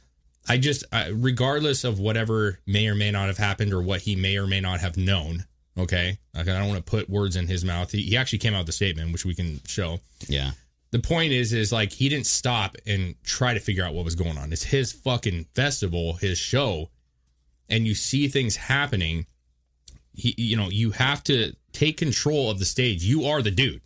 F: I just, I, regardless of whatever may or may not have happened or what he may or may not have known, okay, like, I don't want to put words in his mouth. He, he actually came out with a statement, which we can show.
H: Yeah.
F: The point is, is like, he didn't stop and try to figure out what was going on. It's his fucking festival, his show and you see things happening, he, you know, you have to take control of the stage. You are the dude.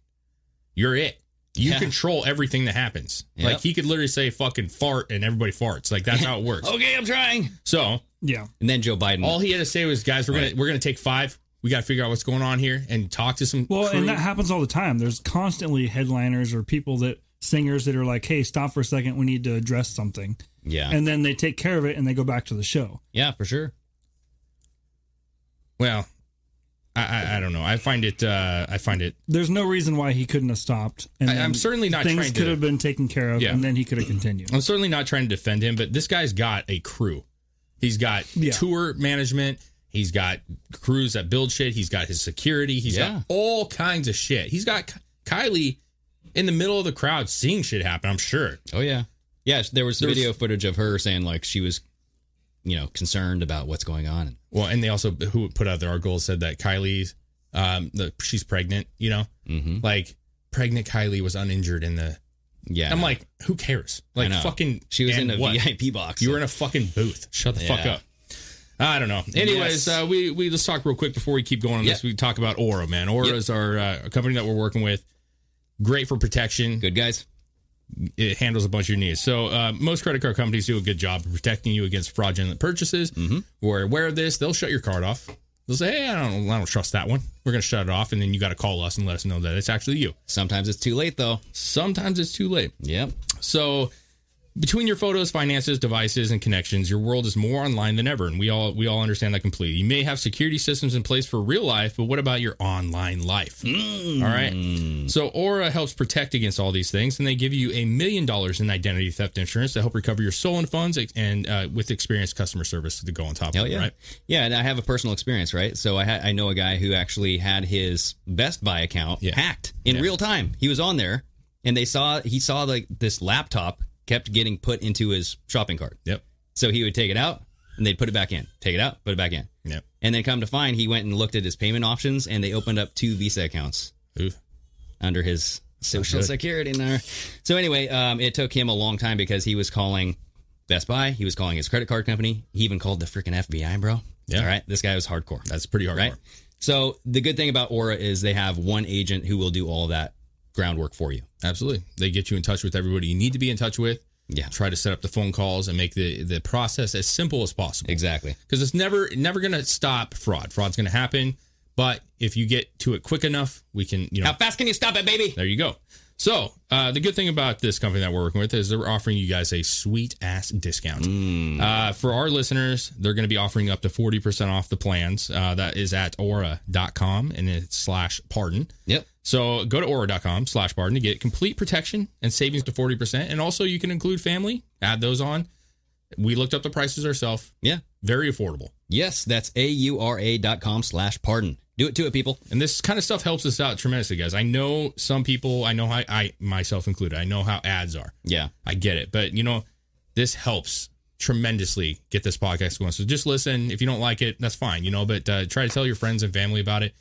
F: You're it. You
H: Yeah.
F: control everything that happens.
H: Yep.
F: Like he could literally say "fucking fart" and everybody farts. Like that's how it works.
H: Okay, I'm trying.
F: So
I: Yeah.
H: And then Joe Biden.
F: all he had to say was, "Guys, we're
H: Right.
F: gonna we're gonna take five. We got to figure out what's going on here and talk to some."
I: Well,
F: crew."
I: and that happens all the time. There's constantly headliners or people that singers that are like, "Hey, stop for a second. We need to address something,"
H: yeah.
I: and then they take care of it and they go back to the show.
H: yeah, for sure.
F: well, I, I, I don't know. I find it. Uh, I find it.
I: There's no reason why he couldn't have stopped. And
F: I- I'm
I: then
F: certainly not
I: Things
F: trying to-
I: could have been taken care of,
F: Yeah.
I: and then he could have continued.
F: I'm certainly not trying to defend him, but this guy's got a crew. He's got
I: Yeah.
F: tour management. He's got crews that build shit. He's got his security. He's
H: Yeah.
F: got all kinds of shit. He's got Ky- Kylie in the middle of the crowd seeing shit happen. I'm sure.
H: Oh yeah, yeah. There was
F: There was-
H: video footage of her saying like she was, you know, concerned about what's going on.
F: Well, and they also who put out their article said that Kylie's, um, the, she's pregnant. You know,
H: Mm-hmm.
F: like pregnant Kylie was uninjured in the.
H: Yeah,
F: I'm like, who cares? Like
H: know.
F: fucking.
H: she was
F: and
H: in a
F: what?
H: VIP box.
F: You were in a fucking booth. Shut the fuck
H: Yeah.
F: up. I don't know. Anyways,
H: Yes.
F: uh, we we let's talk real quick before we keep going on this.
H: Yeah.
F: We talk about Aura, man. Aura
H: Yep.
F: is our uh, a company that we're working with. Great for protection.
H: good guys.
F: It handles a bunch of your needs. So uh, most credit card companies do a good job of protecting you against fraudulent purchases.
H: Mm-hmm.
F: We're aware of this. They'll shut your card off. They'll say, "Hey, I don't, I don't trust that one. We're gonna shut it off," and then you got to call us and let us know that it's actually you.
H: Sometimes it's too late though.
F: Sometimes it's too late.
H: Yep.
F: So between your photos, finances, devices, and connections, your world is more online than ever, and we all we all understand that completely. You may have security systems in place for real life, but what about your online life?
H: Mm.
F: All right. So Aura helps protect against all these things, and they give you a million dollars in identity theft insurance to help recover your stolen funds and uh, with experienced customer service to go on top
H: Hell
F: of it.
H: yeah.
F: Right.
H: Yeah, and I have a personal experience, right? So I ha- I know a guy who actually had his Best Buy account
F: Yeah.
H: hacked in
F: Yeah.
H: real time. He was on there and they saw he saw like this laptop kept getting put into his shopping cart.
F: Yep.
H: So he would take it out and they'd put it back in. Take it out, put it back in.
F: Yep.
H: And then come to find he went and looked at his payment options and they opened up two Visa accounts
F: Ooh.
H: under his social
F: good.
H: security number. So anyway, um, it took him a long time because he was calling Best Buy, he was calling his credit card company, he even called the freaking FBI, bro.
F: Yeah.
H: All right. This guy was hardcore.
F: That's pretty hard.
H: right. So the good thing about Aura is they have one agent who will do all that groundwork for you.
F: Absolutely. They get you in touch with everybody you need to be in touch with.
H: Yeah.
F: Try to set up the phone calls and make the the process as simple as possible.
H: Exactly.
F: because it's never never going to stop fraud. Fraud's going to happen, but if you get to it quick enough, we can you know.
H: How fast can you stop it, baby?
F: There you go. So uh, the good thing about this company that we're working with is they're offering you guys a sweet ass discount. Uh, for our listeners, they're going to be offering up to forty percent off the plans. Uh, that is at aura.com and it's slash pardon.
H: Yep.
F: So go to aura.com slash pardon to get complete protection and savings to 40%. And also you can include family, add those on. We looked up the prices ourselves.
H: Yeah.
F: Very affordable.
H: Yes, that's A-U-R-A dot com slash pardon. Do it to it, people.
F: And this kind of stuff helps us out tremendously, guys. I know some people, I know how I myself included, I know how ads are.
H: Yeah.
F: I get it. But you know, this helps tremendously get this podcast going. So just listen. If you don't like it, that's fine, you know, but uh, try to tell your friends and family about it.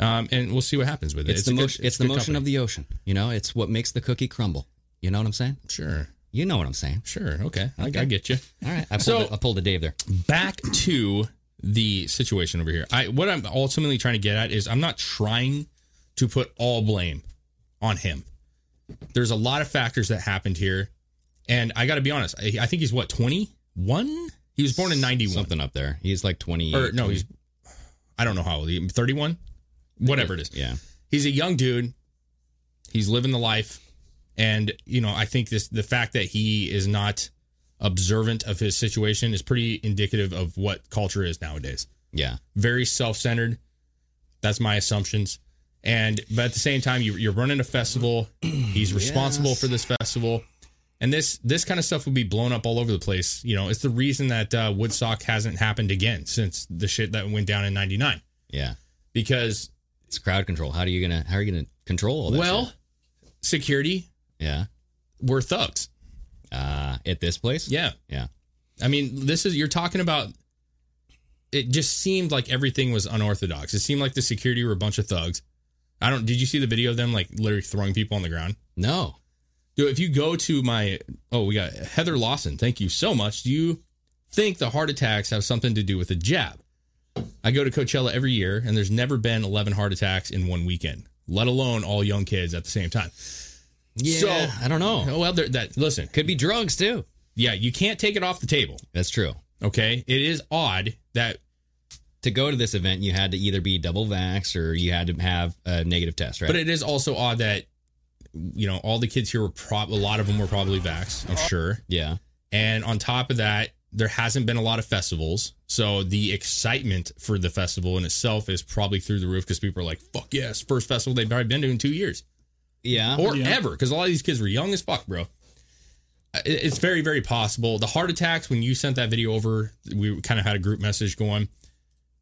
F: Um, and we'll see what happens with it.
H: It's, the
F: a good-
H: motion. It's,
F: a
H: the
F: good
H: motion of
F: company.
H: the ocean. You know, it's what makes the cookie crumble. You know what I'm saying?
F: Sure.
H: You know what I'm saying.
F: Sure. Okay. I, I
H: Okay.
F: get you.
H: All right, I pulled,
F: So-
H: a, I pulled a Dave there.
F: back to the situation over here. I what I'm ultimately trying to get at is I'm not trying to put all blame on him. There's a lot of factors that happened here, and I got to be honest. I, I think he's what 21. He was born in 91.
H: Something up there. He's like 20.
F: Or no, he's I don't know how old. he- 31. Whatever it is,
H: yeah.
F: he's a young dude. He's living the life, and you know I think this the fact that he is not observant of his situation is pretty indicative of what culture is nowadays
H: Yeah.
F: very self-centered. That's my assumptions. And but at the same time, you, you're running a festival. He's responsible for this festival, and this this kind of stuff would be blown up all over the place. You know, it's the reason that uh, Woodstock hasn't happened again since the shit that went down in '99
H: Yeah.
F: because
H: It's crowd control. How are you gonna? How are you gonna control all that?
F: well,
H: shit?
F: security
H: yeah.
F: were thugs.
H: Uh, at this place.
F: Yeah,
H: Yeah.
F: I mean, this is you're talking about. It just seemed like everything was unorthodox. It seemed like the security were a bunch of thugs. I don't. Did you see the video of them like literally throwing people on the ground?
H: No.
F: Dude, if you go to my oh, we got Heather Lawson. Thank you so much. Do you think the heart attacks have something to do with the jab? I go to Coachella every year, and there's never been 11 heart attacks in one weekend, let alone all young kids at the same time.
H: Yeah.
F: So-
H: I don't know.
F: Oh well, there, that listen,
H: Could be drugs too.
F: yeah, you can't take it off the table.
H: That's true.
F: Okay, it is odd that
H: To go to this event, you had to either be double vaxxed or you had to have a negative test, right?
F: But it is also odd that you know all the kids here were prob a lot of them were probably vaxxed, I'm sure.
H: yeah.
F: And on top of that, there hasn't been a lot of festivals, so the excitement for the festival in itself is probably through the roof because people are like, "Fuck yes!" First festival they've probably been to in two years
H: Yeah.
F: or ever because a lot of these kids were young as fuck, bro. It- It's very, very possible. The heart attacks when you sent that video over, we kind of had a group message going.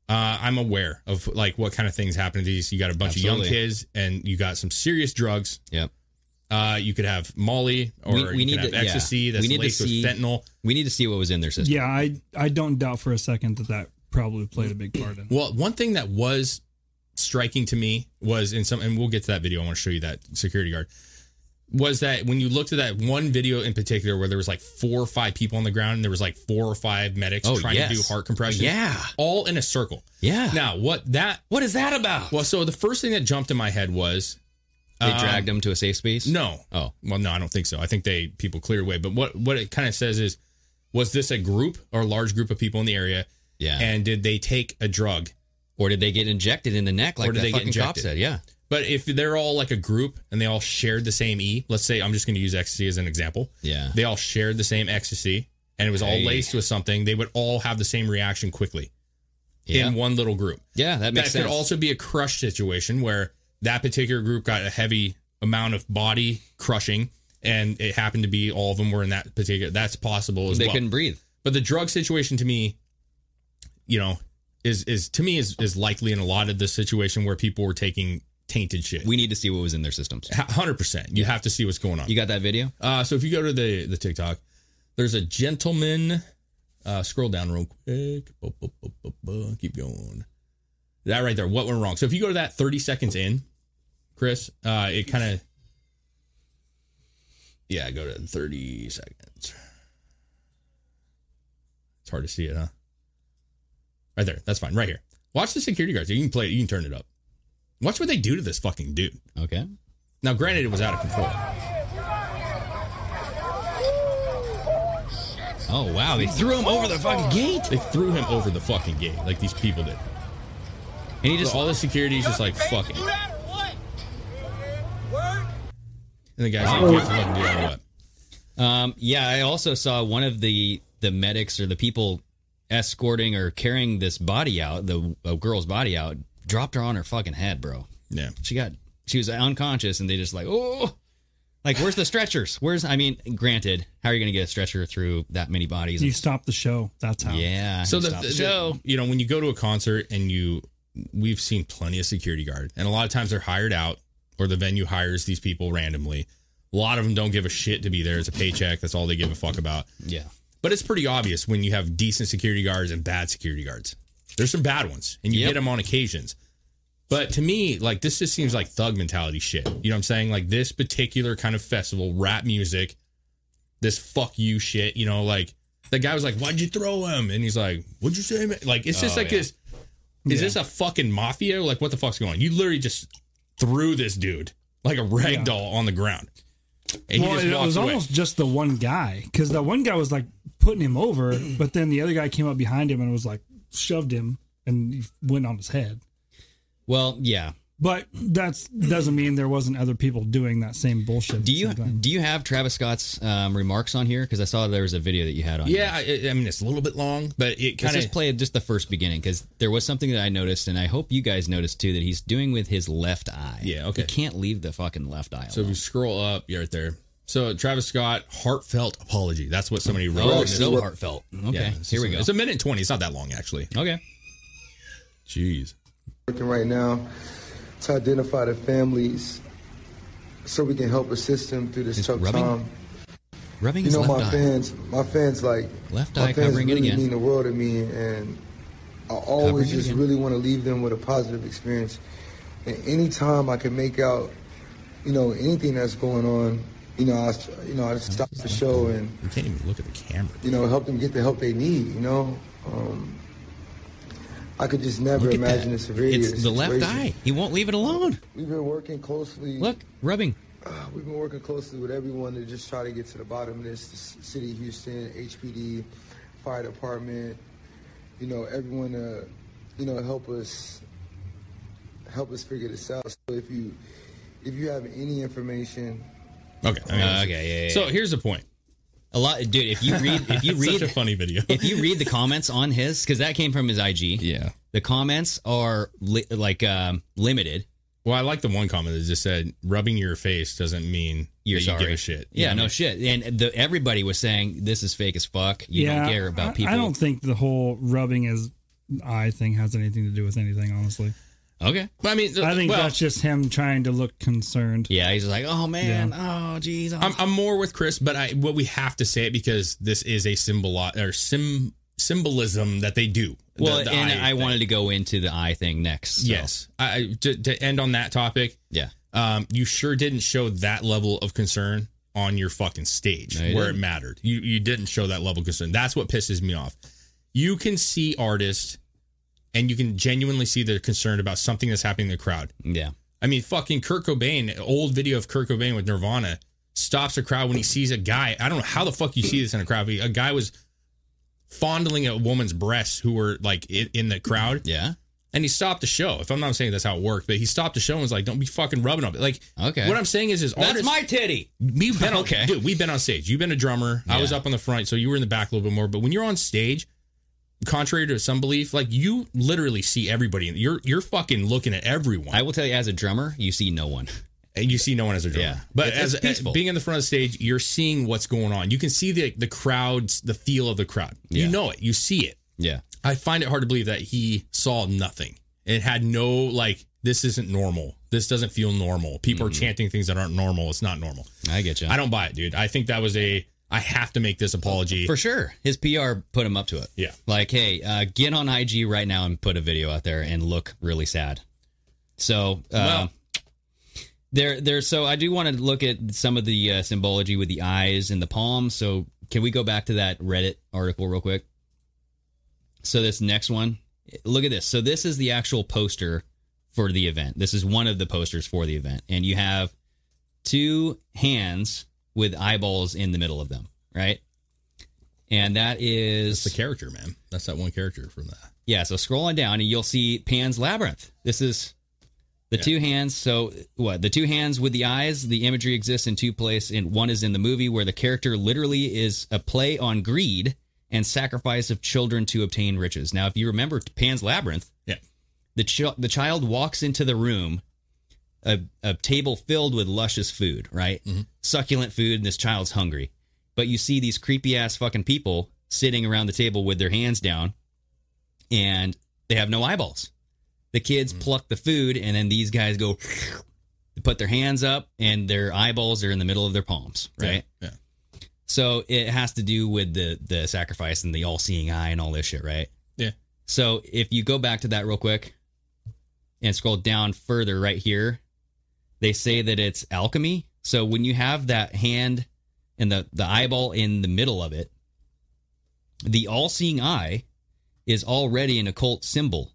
F: Uh, I'm aware of like what kind of things happen to these. You got a bunch of young
H: Absolutely.
F: kids, and you got some serious drugs.
H: Yep.
F: Uh, you could have Molly, or
H: We-
F: you
H: we
F: could
H: need
F: have
H: to- yeah.
F: ecstasy. That's
H: We need to
F: laced
H: see-
F: with fentanyl.
H: We need to see what was in their system.
I: Yeah, I I don't doubt for a second that that probably played a big part in. it.
F: Well, one thing that was striking to me was in some, and we'll get to that video. I want to show you that security guard. Was that when you looked at that one video in particular where there was like four or five people on the ground and there was like four or five medics
H: Oh,
F: trying to do
H: yes.
F: heart compression?
H: Yeah.
F: All in a circle.
H: Yeah.
F: Now, what that,
H: what is that about?
F: well, so the first thing that jumped in my head was
H: They
F: um,
H: dragged him to a safe space.
F: no.
H: Oh.
F: Well, no, I don't think so. I think they people cleared away. But what, what it kind of says is, was this a group or a large group of people in the area?
H: Yeah.
F: And did they take a drug?
H: or did they get injected in the neck like
F: Or did
H: that
F: they get
H: fucking cop
F: injected?
H: said? Yeah.
F: But if they're all like a group and they all shared the same E, let's say I'm just going to use ecstasy as an example.
H: Yeah.
F: They all shared the same ecstasy and it was all
H: Hey.
F: laced with something, they would all have the same reaction quickly
H: Yeah.
F: in one little group.
H: yeah, that
F: That,
H: makes sense.
F: could also be a crush situation where that particular group got a heavy amount of body crushing and it happened to be all of them were in that particular that's possible as
H: they
F: well.
H: couldn't breathe.
F: But the drug situation to me, you know, is is to me is is likely in a lot of the situation where people were taking tainted shit.
H: We need to see what was in their systems.
F: Hundred percent. You have to see what's going on.
H: You got that video?
F: Uh, so if you go to the the TikTok, there's a gentleman. Uh, scroll down real quick. Bu- bu- bu- bu- bu- Keep going. That right there. What went wrong? So if you go to that 30 seconds in, Chris, uh, it kind of. Yeah, go to 30 seconds. It's hard to see it, huh? Right there. That's fine. Right here. Watch the security guards. You can play it. You can turn it up. Watch what they do to this fucking dude.
H: Okay.
F: Now, granted, it was out of control.
H: Oh wow, they threw him over the fucking gate.
F: They threw him over the fucking gate, like these people did.
H: And he just
F: all the security's just like fucking. And the guy's
H: Oh.
F: like, "You have to let him do that or what?"
H: Um, yeah, I also saw one of the the medics or the people escorting or carrying this body out, the a girl's body out, dropped her on her fucking head, bro.
F: Yeah.
H: She got she was unconscious, and they just like, oh, like where's the stretchers? Where's I mean, granted, how are you gonna get a stretcher through that many bodies?
I: You stopped the show. That's how.
H: yeah.
F: So
H: he
F: the,
H: stopped
F: the,
H: the show.
F: the- you know, when you go to a concert and you, we've seen plenty of security guard, and a lot of times they're hired out, or the venue hires these people randomly. A lot of them don't give a shit to be there. It's a paycheck. That's all they give a fuck about.
H: yeah.
F: But it's pretty obvious when you have decent security guards and bad security guards. There's some bad ones, and you
H: Yep.
F: get them on occasions. But to me, like this just seems like thug mentality shit. You know what I'm saying? Like this particular kind of festival, rap music, this fuck you shit. You know, like the guy was like, "Why'd you throw him?" And he's like, "What'd you say?" Man? Like it's just
H: Oh,
F: like
H: yeah.
F: this. Is this a fucking mafia? Like what the fuck's going on? You literally just threw this dude like a rag
I: Yeah.
F: doll on the ground, and
I: Well,
F: he just
I: it
F: walked
I: was
F: away.
I: almost just the one guy because that one guy was like putting him over, but then the other guy came up behind him and was like shoved him and he went on his head.
H: Well, yeah.
I: But that's doesn't mean there wasn't other people doing that same bullshit. at
H: Do
I: the
H: you
I: same time.
H: do you have Travis Scott's um, remarks on here? Because I saw there was a video that you had on. here.
F: yeah, I, I mean it's a little bit long, but it
H: Let's
F: kind of
H: just play just the first beginning because there was something that I noticed, and I hope you guys noticed too that he's doing with his left eye.
F: Yeah, okay.
H: He can't leave the fucking left
F: So
H: eye.
F: if
H: alone.
F: you scroll up, you're right there. So Travis Scott, heartfelt apology. That's what somebody wrote.
H: oh,
F: in this-
H: so heartfelt. Okay,
F: Yeah, it's
H: here we
F: just-
H: go.
F: It's a minute and twenty. It's not that long actually.
H: okay,
F: Jeez.
K: working right now to identify the families so we can help assist them through this
H: Just
K: tough
H: rubbing
K: time.
H: rubbing
K: You
H: his
K: know,
H: left
K: my
H: eye.
K: fans, my fans like
H: Left
K: my
H: eye
K: fans
H: covering it
K: really
H: again.
K: mean the world to me, and I
H: Covering
K: always
H: it
K: just
H: again.
K: really want to leave them with a positive experience. And any time I can make out, you know, anything that's going on, you know, I, s- you know, I just stop the show and
F: You can't even look at the camera.
K: you know, help them get the help they need. You know, um, I could just never
H: Look at
K: imagine the
H: that.
K: severity. of
H: It's the left
K: situation.
H: eye. He won't leave it alone.
K: We've been working closely.
H: Look, rubbing.
K: We've been working closely with everyone to just try to get to the bottom of this. The c- city of Houston, HPD, fire department, you know, everyone to, you know, help us, help us figure this out. So if you, if you have any information,
F: Okay. I mean,
H: Okay, yeah, yeah,
F: So
H: yeah.
F: here's the point.
H: A lot, dude. If you read, if you
F: Such
H: read,
F: a funny video.
H: if you read the comments on his, because that came from his IG.
F: Yeah,
H: the comments are li- like um, limited.
F: Well, I like the one comment that just said rubbing your face doesn't mean
H: You're
F: that
H: sorry.
F: you give a shit. You
H: Yeah,
F: know
H: no
F: what
H: shit. And the, everybody was saying this is fake as fuck. You don't care about
I: I-
H: people.
I: I, don't think the whole rubbing as eye thing has anything to do with anything, honestly.
H: Okay.
F: I mean,
I: I think
F: well-
I: that's just him trying to look concerned.
H: Yeah, he's like, oh man, oh geez.
F: I'm, I'm more with Chris, but I well, we have to say it because this is a symbol or sim symbolism that they do. The-
H: Well,
F: the
H: and
F: eye
H: I
F: thing.
H: wanted to go into the eye thing next. so.
F: Yes, I I- to, to end on that topic.
H: Yeah.
F: um, you sure didn't show that level of concern on your fucking stage
H: No, you
F: where
H: didn't.
F: it mattered. You you didn't show that level of concern. That's what pisses me off. You can see artists, and you can genuinely see they're concerned about something that's happening in the crowd.
H: Yeah.
F: I mean, fucking Kurt Cobain, old video of Kurt Cobain with Nirvana stops a crowd when he sees a guy. I don't know how the fuck you see this in a crowd. But a guy was fondling a woman's breasts who were like in, in the crowd.
H: Yeah.
F: And he stopped the show. If I'm not saying that's how it worked, but he stopped the show and was like, "Don't be fucking rubbing on it." Like,
H: Okay.
F: what I'm saying is, is
H: That's
F: artists-
H: my titty.
F: We've been on,
H: Okay.
F: dude. We've been on stage. You've been a drummer. I was
H: Yeah.
F: up on the front, so you were in the back a little bit more. But when you're on stage, contrary to some belief, like you literally see everybody. and You're you're fucking looking at everyone.
H: I will tell you, as a drummer, you see no one.
F: and you see no one as a drummer.
H: Yeah.
F: But
H: It's-
F: as,
H: it's peaceful.
F: as being in the front of the stage, you're seeing what's going on. You can see the the crowds, the feel of the crowd.
H: Yeah.
F: You know it. You see it.
H: Yeah.
F: I find it hard to believe that he saw nothing. It had no like this isn't normal. This doesn't feel normal. People are chanting things that aren't normal. It's not normal.
H: I get you.
F: I don't buy it, dude. I think that was a I have to make this apology.
H: For sure. His PR put him up to it.
F: Yeah.
H: Like, hey, uh, get on IG right now and put a video out there and look really sad. So, uh,
F: Well-
H: there, there. So, I do want to look at some of the uh, symbology with the eyes and the palms. So, can we go back to that Reddit article real quick? So, this next one, look at this. So, this is the actual poster for the event. This is one of the posters for the event, and you have two hands with eyeballs in the middle of them, right? And that is
F: It's the character, man. That's that one character from that.
H: yeah, so scroll on down and you'll see Pan's Labyrinth. This is the two hands. So what? The two hands with the eyes. The imagery exists in two places. And one is in the movie where the character literally is a play on greed and sacrifice of children to obtain riches. Now, if you remember Pan's Labyrinth,
F: Yeah.
H: the chi- the child walks into the room, a, a table filled with luscious food, right? Succulent food, and this child's hungry. But you see these creepy ass fucking people sitting around the table with their hands down, and they have no eyeballs. The kids pluck the food, and then these guys go, they put their hands up, and their eyeballs are in the middle of their palms, right?
F: Yeah.
H: So it has to do with the the sacrifice and the all seeing eye and all this shit, right?
F: Yeah.
H: So if you go back to that real quick and scroll down further right here, they say that it's alchemy. So when you have that hand and the, the eyeball in the middle of it, the all seeing eye is already an occult symbol.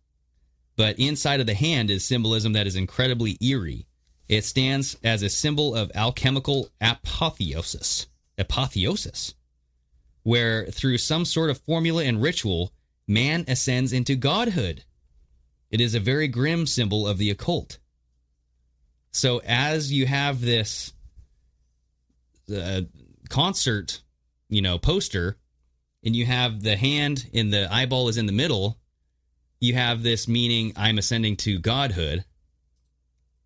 H: But inside of the hand is symbolism that is incredibly eerie. It stands as a symbol of alchemical apotheosis. Apotheosis where through some sort of formula and ritual, man ascends into godhood. It is a very grim symbol of the occult. So, as you have this uh, concert, you know, poster, and you have the hand and the eyeball is in the middle, you have this meaning I'm ascending to godhood.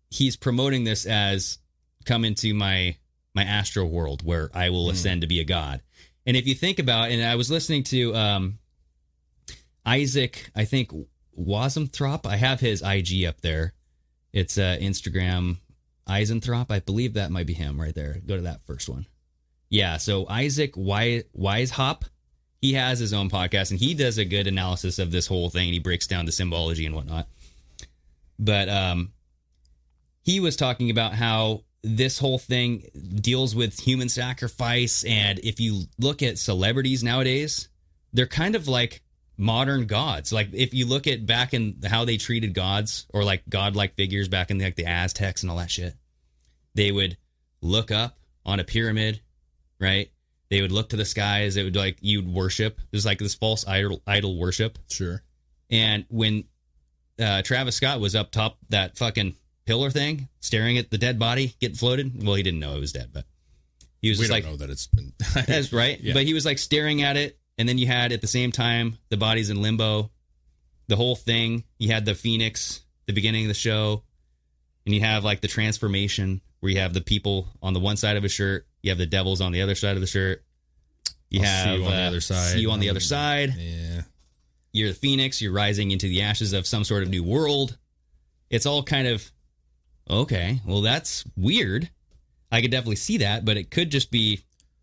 H: He's promoting this as come into my my astral world where I will ascend to be a god. And if you think about, and I was listening to um, Isaac, I think Wasenthrop. I have his IG up there. It's uh, Instagram Eisenthrop. I believe that might be him right there. Go to that first one. Yeah. So Isaac Wi- Wisehop, he has his own podcast and he does a good analysis of this whole thing. He breaks down the symbology and whatnot. But um, he was talking about how this whole thing deals with human sacrifice and if you look at celebrities nowadays they're kind of like modern gods like if you look at back in how they treated gods or like godlike figures back in the, like the aztecs and all that shit they would look up on a pyramid right they would look to the skies they would like you'd worship there's like this false idol idol worship
F: Sure.
H: and when uh, Travis Scott was up top that fucking pillar thing, staring at the dead body getting floated, well, he didn't know it was dead, but he He was
F: we
H: just
F: don't
H: like,
F: know that it's been.
H: that's right.
F: Yeah.
H: But he was like staring at it, and then you had at the same time the bodies in limbo, the whole thing. You had the Phoenix, the beginning of the show, and you have like the transformation where you have the people on the one side of a shirt, you have the devils on the other side of the shirt. You
F: I'll
H: have
F: see you on the
H: uh,
F: other side.
H: See you on the other
F: Um,
H: side.
F: Yeah.
H: You're the phoenix. You're rising into the ashes of some sort of new world. It's all kind of okay. Well, that's weird. I could definitely see that, but it could just be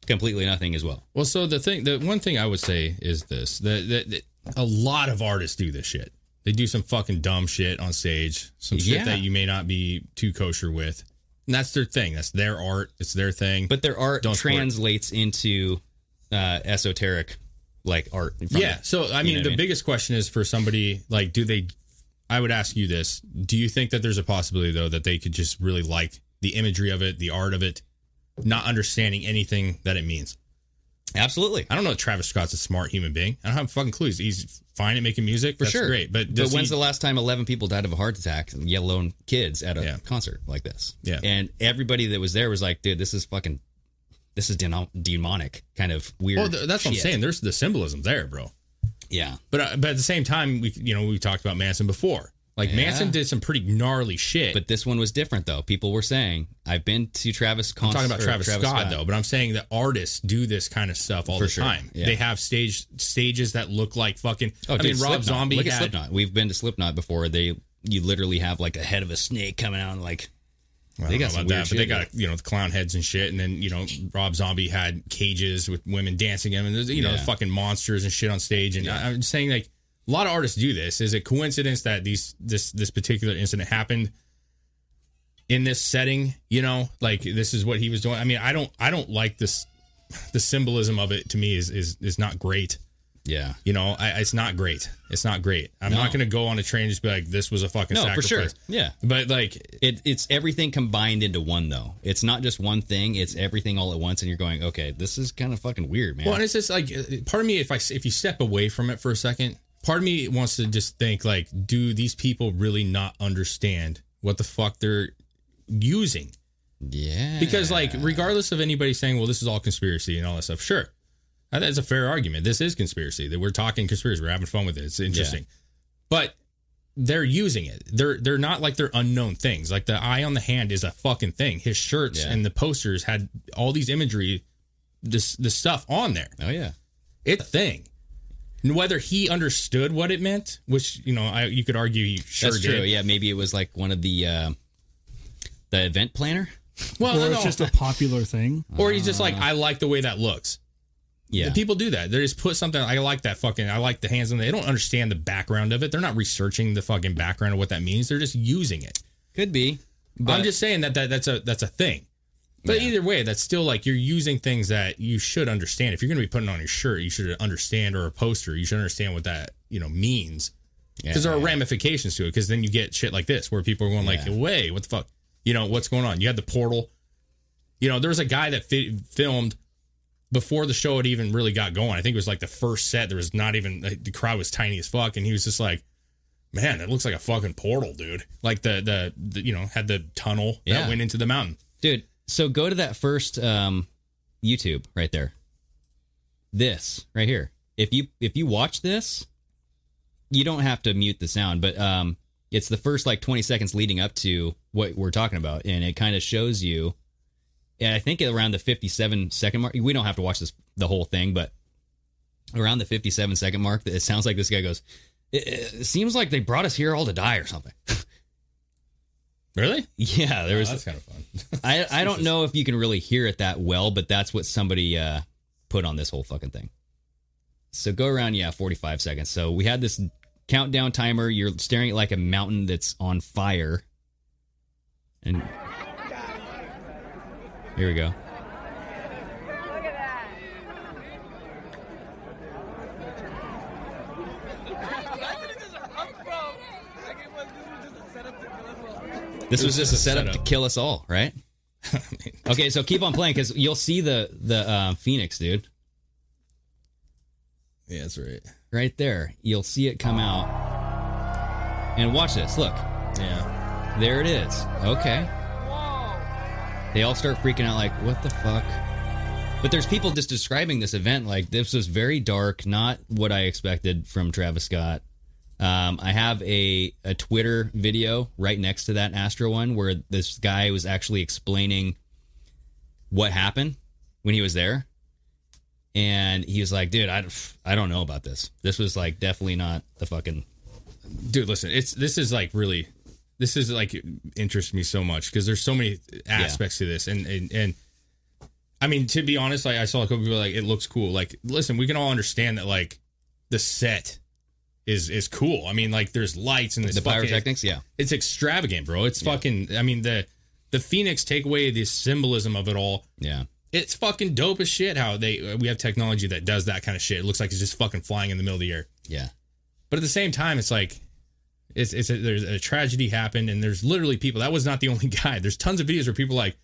H: completely nothing as well.
F: Well, so the thing, the one thing I would say is this: that that- that a lot of artists do this shit. They do some fucking dumb shit on stage, some shit
H: Yeah.
F: that you may not be too kosher with, and that's their thing. That's their art. It's their thing.
H: But their art
F: Don't support it.
H: translates into uh, esoteric, like art. from
F: yeah.
H: it.
F: So I
H: You
F: mean,
H: know what
F: the biggest question is for somebody like, do they? I would ask you this: Do you think that there's a possibility though that they could just really like the imagery of it, the art of it, not understanding anything that it means?
H: absolutely.
F: I don't know. if Travis Scott's a smart human being. I don't have fucking clues. He's fine at making music
H: For
F: That's
H: sure,
F: Great, but
H: but
F: does
H: when's
F: he-
H: the last time eleven people died of a heart attack, yet alone kids, at a
F: Yeah.
H: concert like this?
F: Yeah.
H: and everybody that was there was like, "Dude, this is fucking, this is denom- demonic, kind of weird."
F: Well, Oh, th- that's what I'm
H: shit."
F: saying. There's the symbolism there, bro.
H: Yeah,
F: But uh, but at the same time, we you know we talked about Manson before. Like
H: Yeah.
F: Manson did some pretty gnarly shit.
H: but this one was different though. People were saying, "I've been to Travis."
F: I'm
H: Cons-
F: talking about
H: or
F: Travis, Scott, though. But I'm saying that artists do this kind of stuff all
H: For
F: the
H: sure.
F: time.
H: Yeah.
F: They have stage stages that look like fucking.
H: Oh,
F: I
H: dude,
F: mean, Rob
H: Slipknot.
F: Zombie
H: Look at
F: had.
H: Slipknot. We've been to Slipknot before. They, you literally have like a head of a snake coming out, and like
F: Well, I
H: They
F: don't
H: got
F: know
H: some
F: about
H: weird
F: that, but they
H: shit,
F: got you know the clown heads and shit, and then you know Rob Zombie had cages with women dancing him, and there's, you know
H: Yeah.
F: fucking monsters and shit on stage. And I, I'm just saying like a lot of artists do this. Is it coincidence that these this this particular incident happened in this setting? You know, like this is what he was doing. I mean, I don't I don't like this. The symbolism of it to me is is is not great.
H: yeah.
F: You know, I, it's not great. It's not great. I'm
H: No.
F: not going to go on a train and just be like, this was a fucking
H: No, for
F: sacrifice.
H: sure. Yeah.
F: But like,
H: It, it's everything combined into one though. It's not just one thing. It's everything all at once, and you're going, okay, this is kind of fucking weird, man.
F: Well, and it's just like uh, part of me, if I if you step away from it for a second, part of me wants to just think like, do these people really not understand what the fuck they're using?
H: yeah,
F: Because like, regardless of anybody saying, well, this is all conspiracy and all that stuff, sure, I- that's a fair argument. This is conspiracy. That we're talking conspiracy. We're having fun with it. It's interesting, but they're using it. They're they're not like they're unknown things. Like the eye on the hand is a fucking thing. His shirts
H: Yeah.
F: and the posters had all these imagery, this this stuff on there
H: oh yeah,
F: it's a thing. And Whether he understood what it meant, which you know, I you could argue he sure
H: that's
F: did.
H: true. Yeah, maybe it was like one of the uh, the event planner.
F: Well,
I: or
F: no,
I: it's
F: no.
I: just a popular thing.
F: or he's just like, I like the way that looks.
H: Yeah,
F: People do that. They just put something. I like that fucking. I like the hands on. They don't understand the background of it. They're not researching the fucking background of what that means. They're just using it.
H: could be. But
F: I'm just saying that, that that's a that's a thing. But
H: Yeah.
F: either way, that's still like you're using things that you should understand. If you're going to be putting on your shirt, you should understand, or a poster, you should understand what that you know means. because there are ramifications to it. Because then you get shit like this, where people are going like,
H: Yeah.
F: "Wait, what the fuck? You know what's going on?" You had the portal. You know, there was a guy that fi- filmed before the show had even really got going. I think it was like the first set. There was not even like, the crowd was tiny as fuck, and he was just like, "Man, that looks like a fucking portal, dude." Like the the, the you know had the tunnel
H: Yeah.
F: that went into the mountain.
H: dude. So go to that first um, YouTube right there. This right here. If you if you watch this, you don't have to mute the sound, but um, it's the first like 20 seconds leading up to what we're talking about, and it kind of shows you. And I think around the 57 second mark, we don't have to watch this the whole thing, but around the 57 second mark, it sounds like this guy goes. It, it seems like they brought us here all to die or something.
F: Really?
H: yeah, there
F: Oh,
H: was
F: that's kind of fun.
H: I, I don't know if you can really hear it that well, but that's what somebody uh, put on this whole fucking thing. So go around, yeah, 45 seconds. So we had this countdown timer. You're staring at like a mountain that's on fire. And here we go. This was just a setup to kill us all, right? okay, so keep on playing because you'll see the the uh, phoenix, dude,
F: yeah, that's right.
H: right there. You'll see it come out, and watch this. Look,
F: Yeah,
H: there it is. Okay, they all start freaking out, like, "What the fuck But there's people just describing this event like this was very dark, not what I expected from Travis Scott. Um, I have a, a Twitter video right next to that Astro one where this guy was actually explaining what happened when he was there. And he was like, dude, I, I don't know about this. This was like definitely not the fucking.
F: Dude, listen, it's this is like really, this is like interests me so much because there's so many aspects to this, and and and I mean to be honest, like I saw a couple people like it looks cool. Like, listen, we can all understand that like the set is is cool. I mean, like there's lights and this
H: The
F: fucking-
H: pyrotechnics, yeah.
F: it's extravagant, bro. It's fucking. I mean the the Phoenix take away the symbolism of it all.
H: Yeah.
F: It's fucking dope as shit how they we have technology that does that kind of shit. It looks like it's just fucking flying in the middle of the air.
H: Yeah.
F: But at the same time, it's like it's it's a, there's a tragedy happened, and there's literally people. That was not the only guy. There's tons of videos where people are like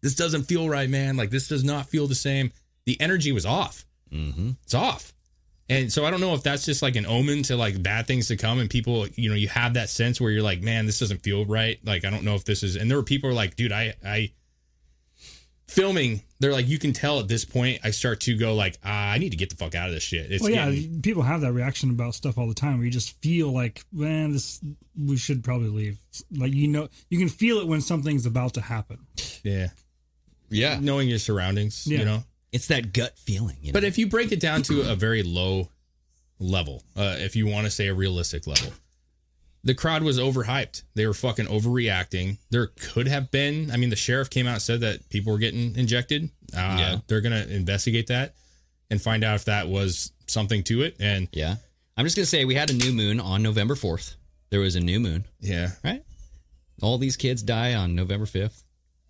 F: this doesn't feel right, man. Like this does not feel the same. The energy was off.
H: Mm-hmm.
F: It's off. And so I don't know if that's just like an omen to like bad things to come, and people, you know, you have that sense where you're like, man, this doesn't feel right. Like I don't know if this is. And there were people who were like, dude, I I filming. They're like, you can tell at this point, I start to go like, ah, I need to get the fuck out of this shit. It's
I: well, yeah,
F: getting-
I: people have that reaction about stuff all the time where you just feel like, man, this we should probably leave. Like you know, you can feel it when something's about to happen.
F: yeah,
H: yeah.
F: Knowing your surroundings,
I: Yeah.
F: you know,
H: It's that gut feeling. You know?
F: But if you break it down to a very low level, uh, if you want to say a realistic level, the crowd was overhyped. They were fucking overreacting. There could have been, I mean, the sheriff came out and said that people were getting injected. Uh,
H: Yeah.
F: They're going to investigate that and find out if that was something to it. And
H: Yeah. I'm just going to say we had a new moon on November 4th. There was a new moon,
F: yeah,
H: right? All these kids die on November 5th.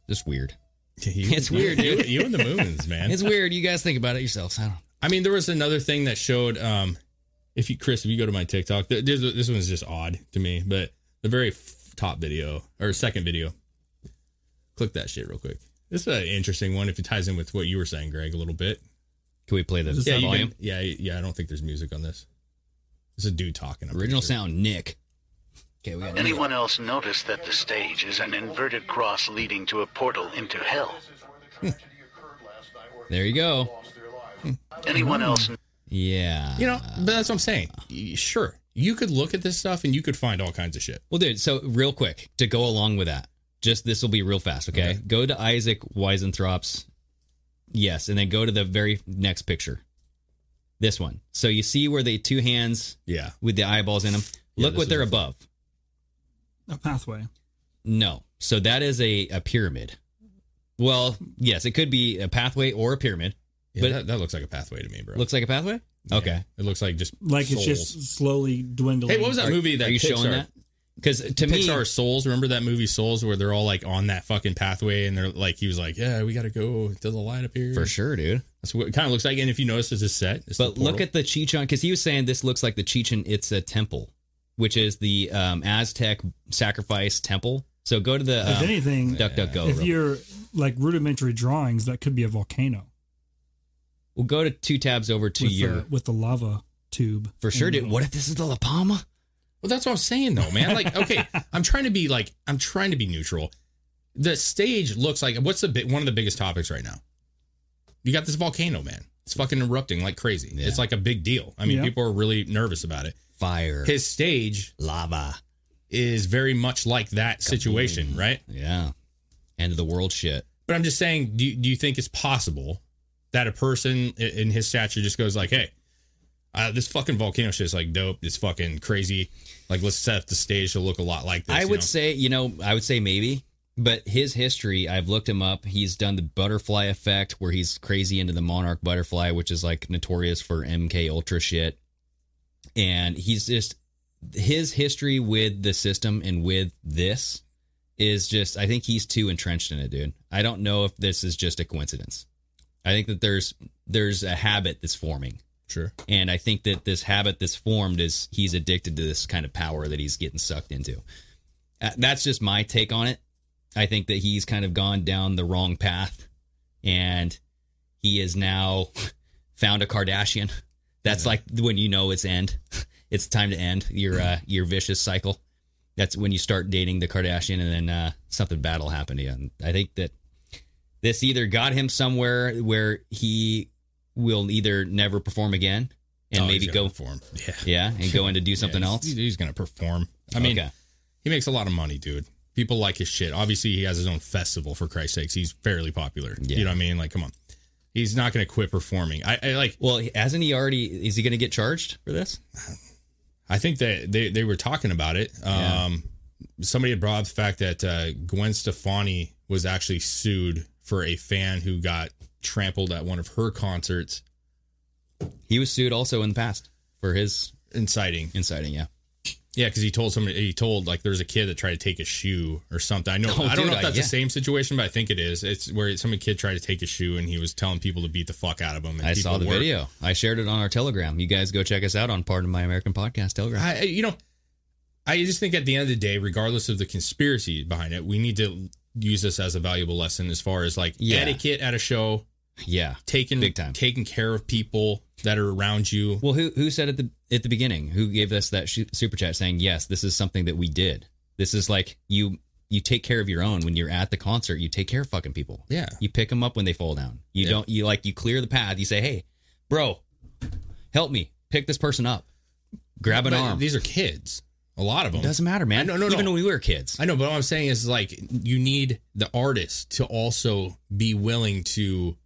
H: Just weird. It's weird,
F: you,
H: dude.
F: you and the moons, man.
H: It's weird. You guys think about it yourselves. I don't
F: I mean, there was another thing that showed. Um, if you, Chris, if you go to my TikTok, th- this, this one's just odd to me, but the very f- top video or second video, click that shit real quick. This is an interesting one if it ties in with what you were saying, Greg, a little bit.
H: Can we play the
F: yeah, you
H: volume?
F: can- yeah, yeah. I don't think there's music on this. It's a dude talking. I'm
H: Original
F: pretty sure.
H: sound, Nick. Okay, we got
L: Anyone else notice that the stage is an inverted cross leading to a portal into hell?
H: There you go.
L: Anyone else?
H: Yeah.
F: You know, but that's what I'm saying. Y- Sure, you could look at this stuff and you could find all kinds of shit.
H: Well, dude, so real quick to go along with that, just this will be real fast, okay?
F: Okay.
H: Go to Isaac Weisenthrup's, yes, and then go to the very next picture. This one. So you see where the two hands
F: Yeah,
H: with the eyeballs in them.
F: Yeah,
H: Look
F: this
H: what they're
F: is-
H: above.
I: A pathway.
H: No. So that is a, a pyramid. Well, yes, it could be a pathway or a pyramid.
F: yeah
H: But-
F: that, that looks like a pathway to me, bro.
H: Looks like a pathway?
F: Yeah.
H: Okay.
F: It looks like just
I: Like it's
F: souls.
I: just slowly dwindling.
F: Hey, what was that movie that
H: Are you showing
F: Pixar-
H: that? Because to
F: to
H: me,
F: Pixar Souls. Remember that movie Souls where they're all like on that fucking pathway and they're like, he was like, yeah, we got to go to the light up here.
H: for sure, dude.
F: That's what it kind of looks like. And if you notice, it's a set. It's the
H: But look
F: portal.
H: at the Chichen, because he was saying this looks like the Chichen Itza temple, which is the um, Aztec sacrifice temple. So go to the
I: If
H: um,
I: anything,
H: Duck Duck
F: Oh,
H: Go.
I: if you're like rudimentary drawings, that could be a volcano
H: We'll go to two tabs over to
I: with,
H: your
I: the, with the lava tube.
H: for sure, dude. What if this is the La Palma?
F: Well, that's what I'm saying though, man. Like, okay, I'm trying to be like, I'm trying to be neutral. The stage looks like what's the bit one of the biggest topics right now. You got this volcano, man. It's fucking erupting like crazy.
H: Yeah.
F: It's like a big deal. I mean,
I: Yeah.
F: people are really nervous about it.
H: Fire,
F: His stage
H: lava,
F: is very much like that situation, right?
H: yeah, end of the world shit.
F: But I'm just saying, do you, do you think it's possible that a person i- in his stature just goes like, "Hey, uh, this fucking volcano shit is like dope. It's fucking crazy. Like, let's set up the stage to look a lot like this."
H: I
F: you
H: would
F: know?
H: say, you know, I would say maybe, but his history, I've looked him up. He's done the butterfly effect where he's crazy into the monarch butterfly, which is like notorious for MK Ultra shit. And he's just his history with the system and with this is just I think he's too entrenched in it, dude. I don't know if this is just a coincidence. I think that there's there's a habit that's forming.
F: sure.
H: And I think that this habit that's formed is he's addicted to this kind of power that he's getting sucked into. Uh, That's just my take on it. I think that he's kind of gone down the wrong path and he is now found a Kardashian. That's like when you know it's end. It's time to end your uh, your vicious cycle. That's when you start dating the Kardashian and then uh, something bad will happen to you. And I think that This either got him somewhere where he will either never perform again and
F: Oh, he's
H: maybe
F: gonna
H: go
F: perform. Yeah.
H: yeah, and go in to do something
F: Yeah, he's-
H: else.
F: He's going to perform. I mean,
H: Okay.
F: he makes a lot of money, dude. People like his shit. Obviously, he has his own festival. For Christ's sakes, he's fairly popular. You know what I mean? Like, come on. He's not going to quit performing. I, I like.
H: Well, hasn't he already? Is he going to get charged for this?
F: I think that they, they were talking about it. Um, Somebody had brought up the fact that uh, Gwen Stefani was actually sued for a fan who got trampled at one of her concerts.
H: He was sued also in the past for his
F: inciting.
H: Inciting, yeah.
F: Yeah, because he told somebody he told like there's a kid that tried to take a shoe or something. I know
H: Oh,
F: I don't
H: dude,
F: know if
H: I-
F: that's
H: yeah.
F: the same situation, but I think it is. It's where some kid tried to take a shoe and he was telling people to beat the fuck out of him. And
H: I
F: people
H: saw the
F: were.
H: video. I shared it on our Telegram. You guys go check us out on Pardon My American Podcast Telegram.
F: I, I- you know, I just think at the end of the day, regardless of the conspiracy behind it, we need to use this as a valuable lesson as far as like
H: Yeah.
F: etiquette at a show.
H: Yeah,
F: taking
H: big time.
F: taking care of people that are around you.
H: Well, who who said at the at the beginning? Who gave us that sh- super chat saying, "Yes, this is something that we did. This is like you you take care of your own when you're at the concert. You take care of fucking people.
F: Yeah.
H: you pick them up when they fall down. You
F: Yeah.
H: don't you like you clear the path. You say, "Hey, bro, help me pick this person up. Grab an
F: But
H: arm."
F: These are kids. A lot of them.
H: Doesn't matter, man.
F: No, no, no.
H: Even when we were kids.
F: I know, but what I'm saying is like you need the artist to also be willing to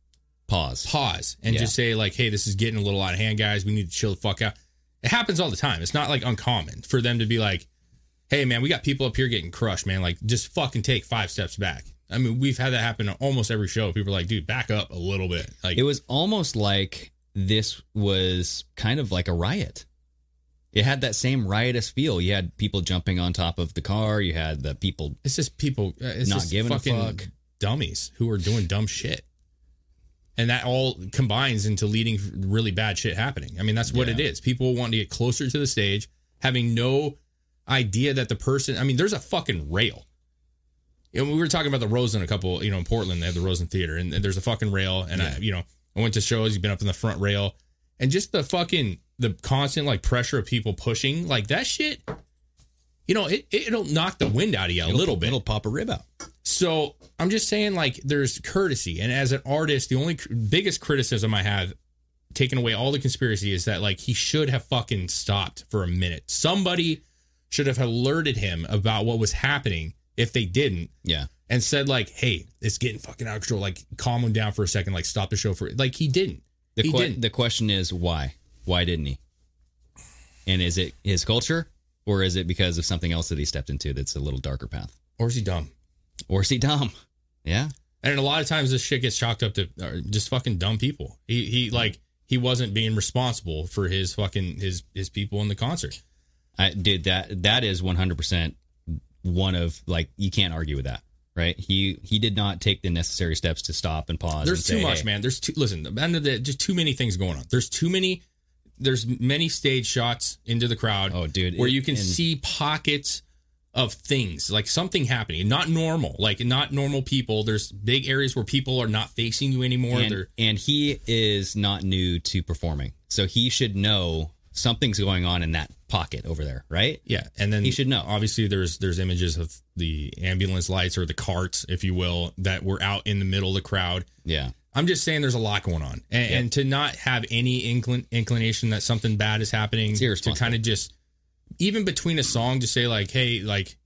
H: pause,
F: pause, and
H: Yeah.
F: just say like, "Hey, this is getting a little out of hand, guys. We need to chill the fuck out." It happens all the time. It's not like uncommon for them to be like, "Hey, man, we got people up here getting crushed, man. Like, just fucking take five steps back." I mean, we've had that happen on almost every show. People are like, "Dude, back up a little bit." Like,
H: it was almost like this was kind of like a riot. It had that same riotous feel. You had people jumping on top of the car. You had the people
F: it's just people uh, it's
H: Not
F: just
H: giving a
F: fucking
H: fuck.
F: dummies who are doing dumb shit and that all combines into leading really bad shit happening i mean that's what it is people wanting to get closer to the stage having no idea that the person i mean there's a fucking rail and we were talking about the Rosen a couple, you know, in Portland, they have the Rosen Theater, and there's a fucking rail. And I, you know, I went to shows, you've been up in the front rail, and just the fucking, the constant like pressure of people pushing, like that shit, you know, it, it'll knock the wind out of you a little bit.
H: It'll pop a rib out.
F: So I'm just saying, like, there's courtesy. And as an artist, the only cr- biggest criticism I have, taking away all the conspiracy, is that, like, he should have fucking stopped for a minute. Somebody should have alerted him about what was happening if they didn't
H: Yeah.
F: and said, like, hey, it's getting fucking out of control. Like, calm him down for a second. Like, stop the show for Like, he didn't.
H: The
F: he
H: que-
F: didn't.
H: the question is why? Why didn't he? And is it his culture or is it because of something else that he stepped into that's a little darker path?
F: Or is he dumb?
H: Or is he dumb? Yeah.
F: And a lot of times this shit gets chalked up to uh, just fucking dumb people. He he like he wasn't being responsible for his fucking his his people in the concert.
H: I did that that is 100% one of like you can't argue with that, right? He he did not take the necessary steps to stop and pause.
F: There's
H: and
F: too
H: say,
F: much,
H: "Hey,
F: man. There's too listen. the End of the just too many things going on. There's too many. There's many stage shots into the crowd.
H: Oh, dude,
F: where
H: it-
F: you can
H: and-
F: see pockets of things like something happening, not normal, like not normal people. There's big areas where people are not facing you anymore.
H: and,
F: They're
H: and he is not new to performing, so he should know something's going on in that pocket over there, right?
F: yeah, and then
H: He should know.
F: Obviously, there's there's images of the ambulance lights or the carts, if you will, that were out in the middle of the crowd.
H: Yeah,
F: I'm just saying there's a lot going on, and, and to not have any inclin- inclination that something bad is happening,
H: It's
F: to
H: irresponsible.
F: kind of just even between a song, just say like, "Hey, like,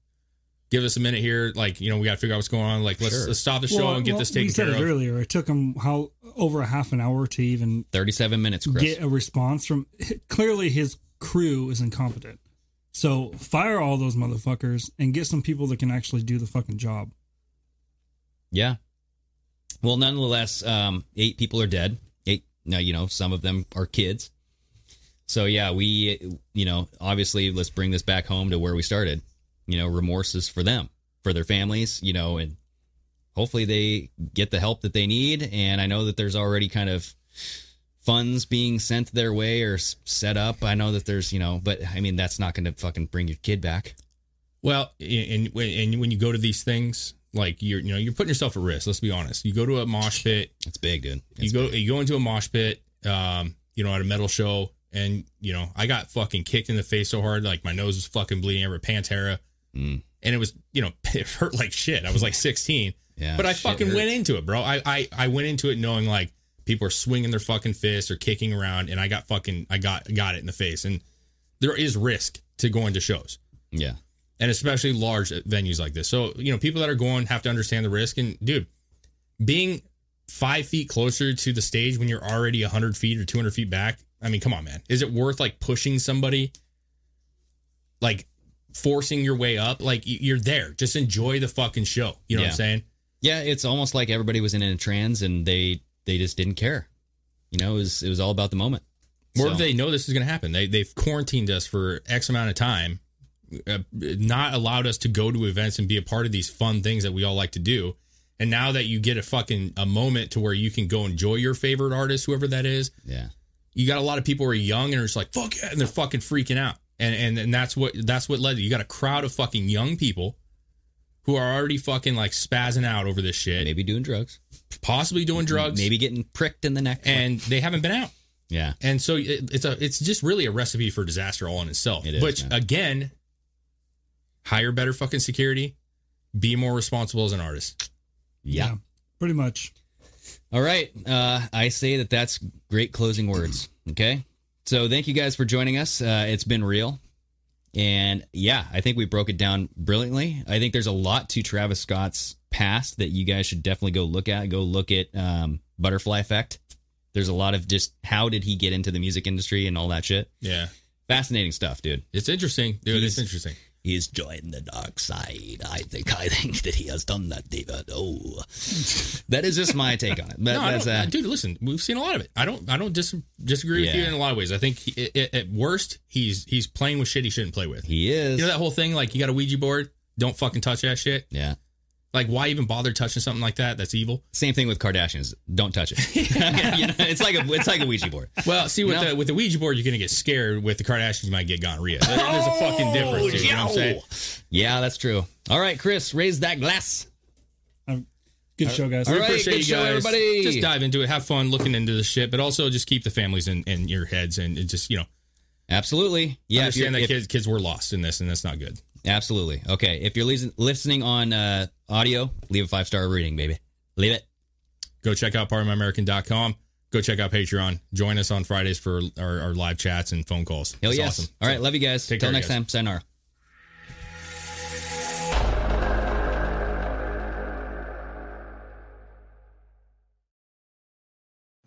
F: give us a minute here. Like, you know, we got to figure out what's going on. Like, let's,
H: Sure.
F: let's stop the show
I: Well,
F: and get
I: well,
F: this
I: we
F: taken
I: said
F: care
I: it
F: of."
I: earlier. It took him how over a half an hour to even
H: thirty-seven minutes, Chris.
I: get a response from. Clearly, his crew is incompetent. So fire all those motherfuckers and get some people that can actually do the fucking job.
H: Yeah. Well, nonetheless, um, eight people are dead. Eight. Now you know some of them are kids. So yeah, we you know obviously let's bring this back home to where we started. You know, remorse is for them, for their families. You know, and hopefully they get the help that they need. And I know that there's already kind of funds being sent their way or s- set up. I know that there's you know, but I mean that's not going to fucking bring your kid back.
F: Well, and and when you go to these things, like you're you know you're putting yourself at risk. Let's be honest. You go to a mosh pit,
H: It's big, dude.
F: you
H: It's
F: go you go into a mosh pit, um, you know, at a metal show, and you know, I got fucking kicked in the face so hard, like my nose was fucking bleeding. I remember Pantera, and it was you know, it hurt like shit. I was like 16,
H: Yeah,
F: but I
H: shit
F: fucking
H: hurts.
F: went into it, bro. I, I I went into it knowing like people are swinging their fucking fists or kicking around, and I got fucking I got got it in the face. And there is risk to going to shows.
H: Yeah.
F: and especially large venues like this. So you know, people that are going have to understand the risk. And dude, being five feet closer to the stage when you're already hundred feet or two hundred feet back. I mean, come on, man. Is it worth like pushing somebody, like forcing your way up? Like y- you're there. Just enjoy the fucking show. You know what
H: Yeah.
F: I'm saying?
H: Yeah, it's almost like everybody was in a trance and they they just didn't care. You know, it was it was all about the moment.
F: Or
H: So-
F: they know this is going to happen. They they've quarantined us for X amount of time, uh, not allowed us to go to events and be a part of these fun things that we all like to do. And now that you get a fucking a moment to where you can go enjoy your favorite artist, whoever that is,
H: yeah,
F: you got a lot of people who are young and are just like fuck yeah, and they're fucking freaking out. And and and that's what that's what led you got a crowd of fucking young people who are already fucking like spazzing out over this shit.
H: Maybe doing drugs,
F: possibly doing drugs,
H: maybe getting pricked in the neck,
F: and they haven't been out.
H: Yeah.
F: And so it, it's a it's just really a recipe for disaster all in itself.
H: It is,
F: Which
H: man.
F: again, hire better fucking security, be more responsible as an artist.
H: Yeah.
I: pretty much.
H: All right. Uh, I say that that's great closing words. Okay. So thank you guys for joining us. Uh, it's been real. And yeah, I think we broke it down brilliantly. I think there's a lot to Travis Scott's past that you guys should definitely go look at. Go look at um, Butterfly Effect. There's a lot of just how did he get into the music industry and all that shit.
F: Yeah.
H: Fascinating stuff, dude.
F: It's interesting. Dude, it's
H: He's-
F: interesting.
H: He's joined the dark side. I think I think that he has done that, David. Oh, that is just my take on it. That-
F: no, I
H: that's,
F: don't-
H: uh,
F: dude, listen, we've seen a lot of it. I don't I don't dis- disagree with you
H: Yeah.
F: in a lot of ways. I think he, at- at worst he's he's playing with shit he shouldn't play with.
H: He is.
F: You know that whole thing like you got a Ouija board, don't fucking touch that shit.
H: Yeah.
F: Like why even bother touching something like that? That's evil.
H: Same thing with Kardashians. Don't touch it. You know, it's like a it's like a Ouija board.
F: Well, see with
H: You know?
F: the with the Ouija board, you're gonna get scared. With the Kardashians, you might get gonorrhea. There- There's a fucking difference. Here, you know what I'm saying?
H: Oh, Yeah, that's true. All right, Chris, raise that glass.
I: Good show, guys.
F: We
H: right,
F: appreciate
H: good
F: you
H: show,
F: guys.
H: everybody.
F: Just dive into it, have fun looking into this shit, but also just keep the families in, in your heads and it just you know
H: Absolutely. Yeah. if you're-
F: understand that
H: if-
F: kids kids were lost in this and that's not good.
H: Absolutely. Okay. If you're lis- listening on uh, audio, leave a five star rating, baby. Leave it.
F: Go check out partofmyamerican.com. Go check out Patreon. Join us on Fridays for our, our live chats and phone calls.
H: Hell
F: It's
H: yes.
F: awesome.
H: All right. Love you guys.
F: Take
H: Till
F: care,
H: next
F: guys.
H: time. Sayonara.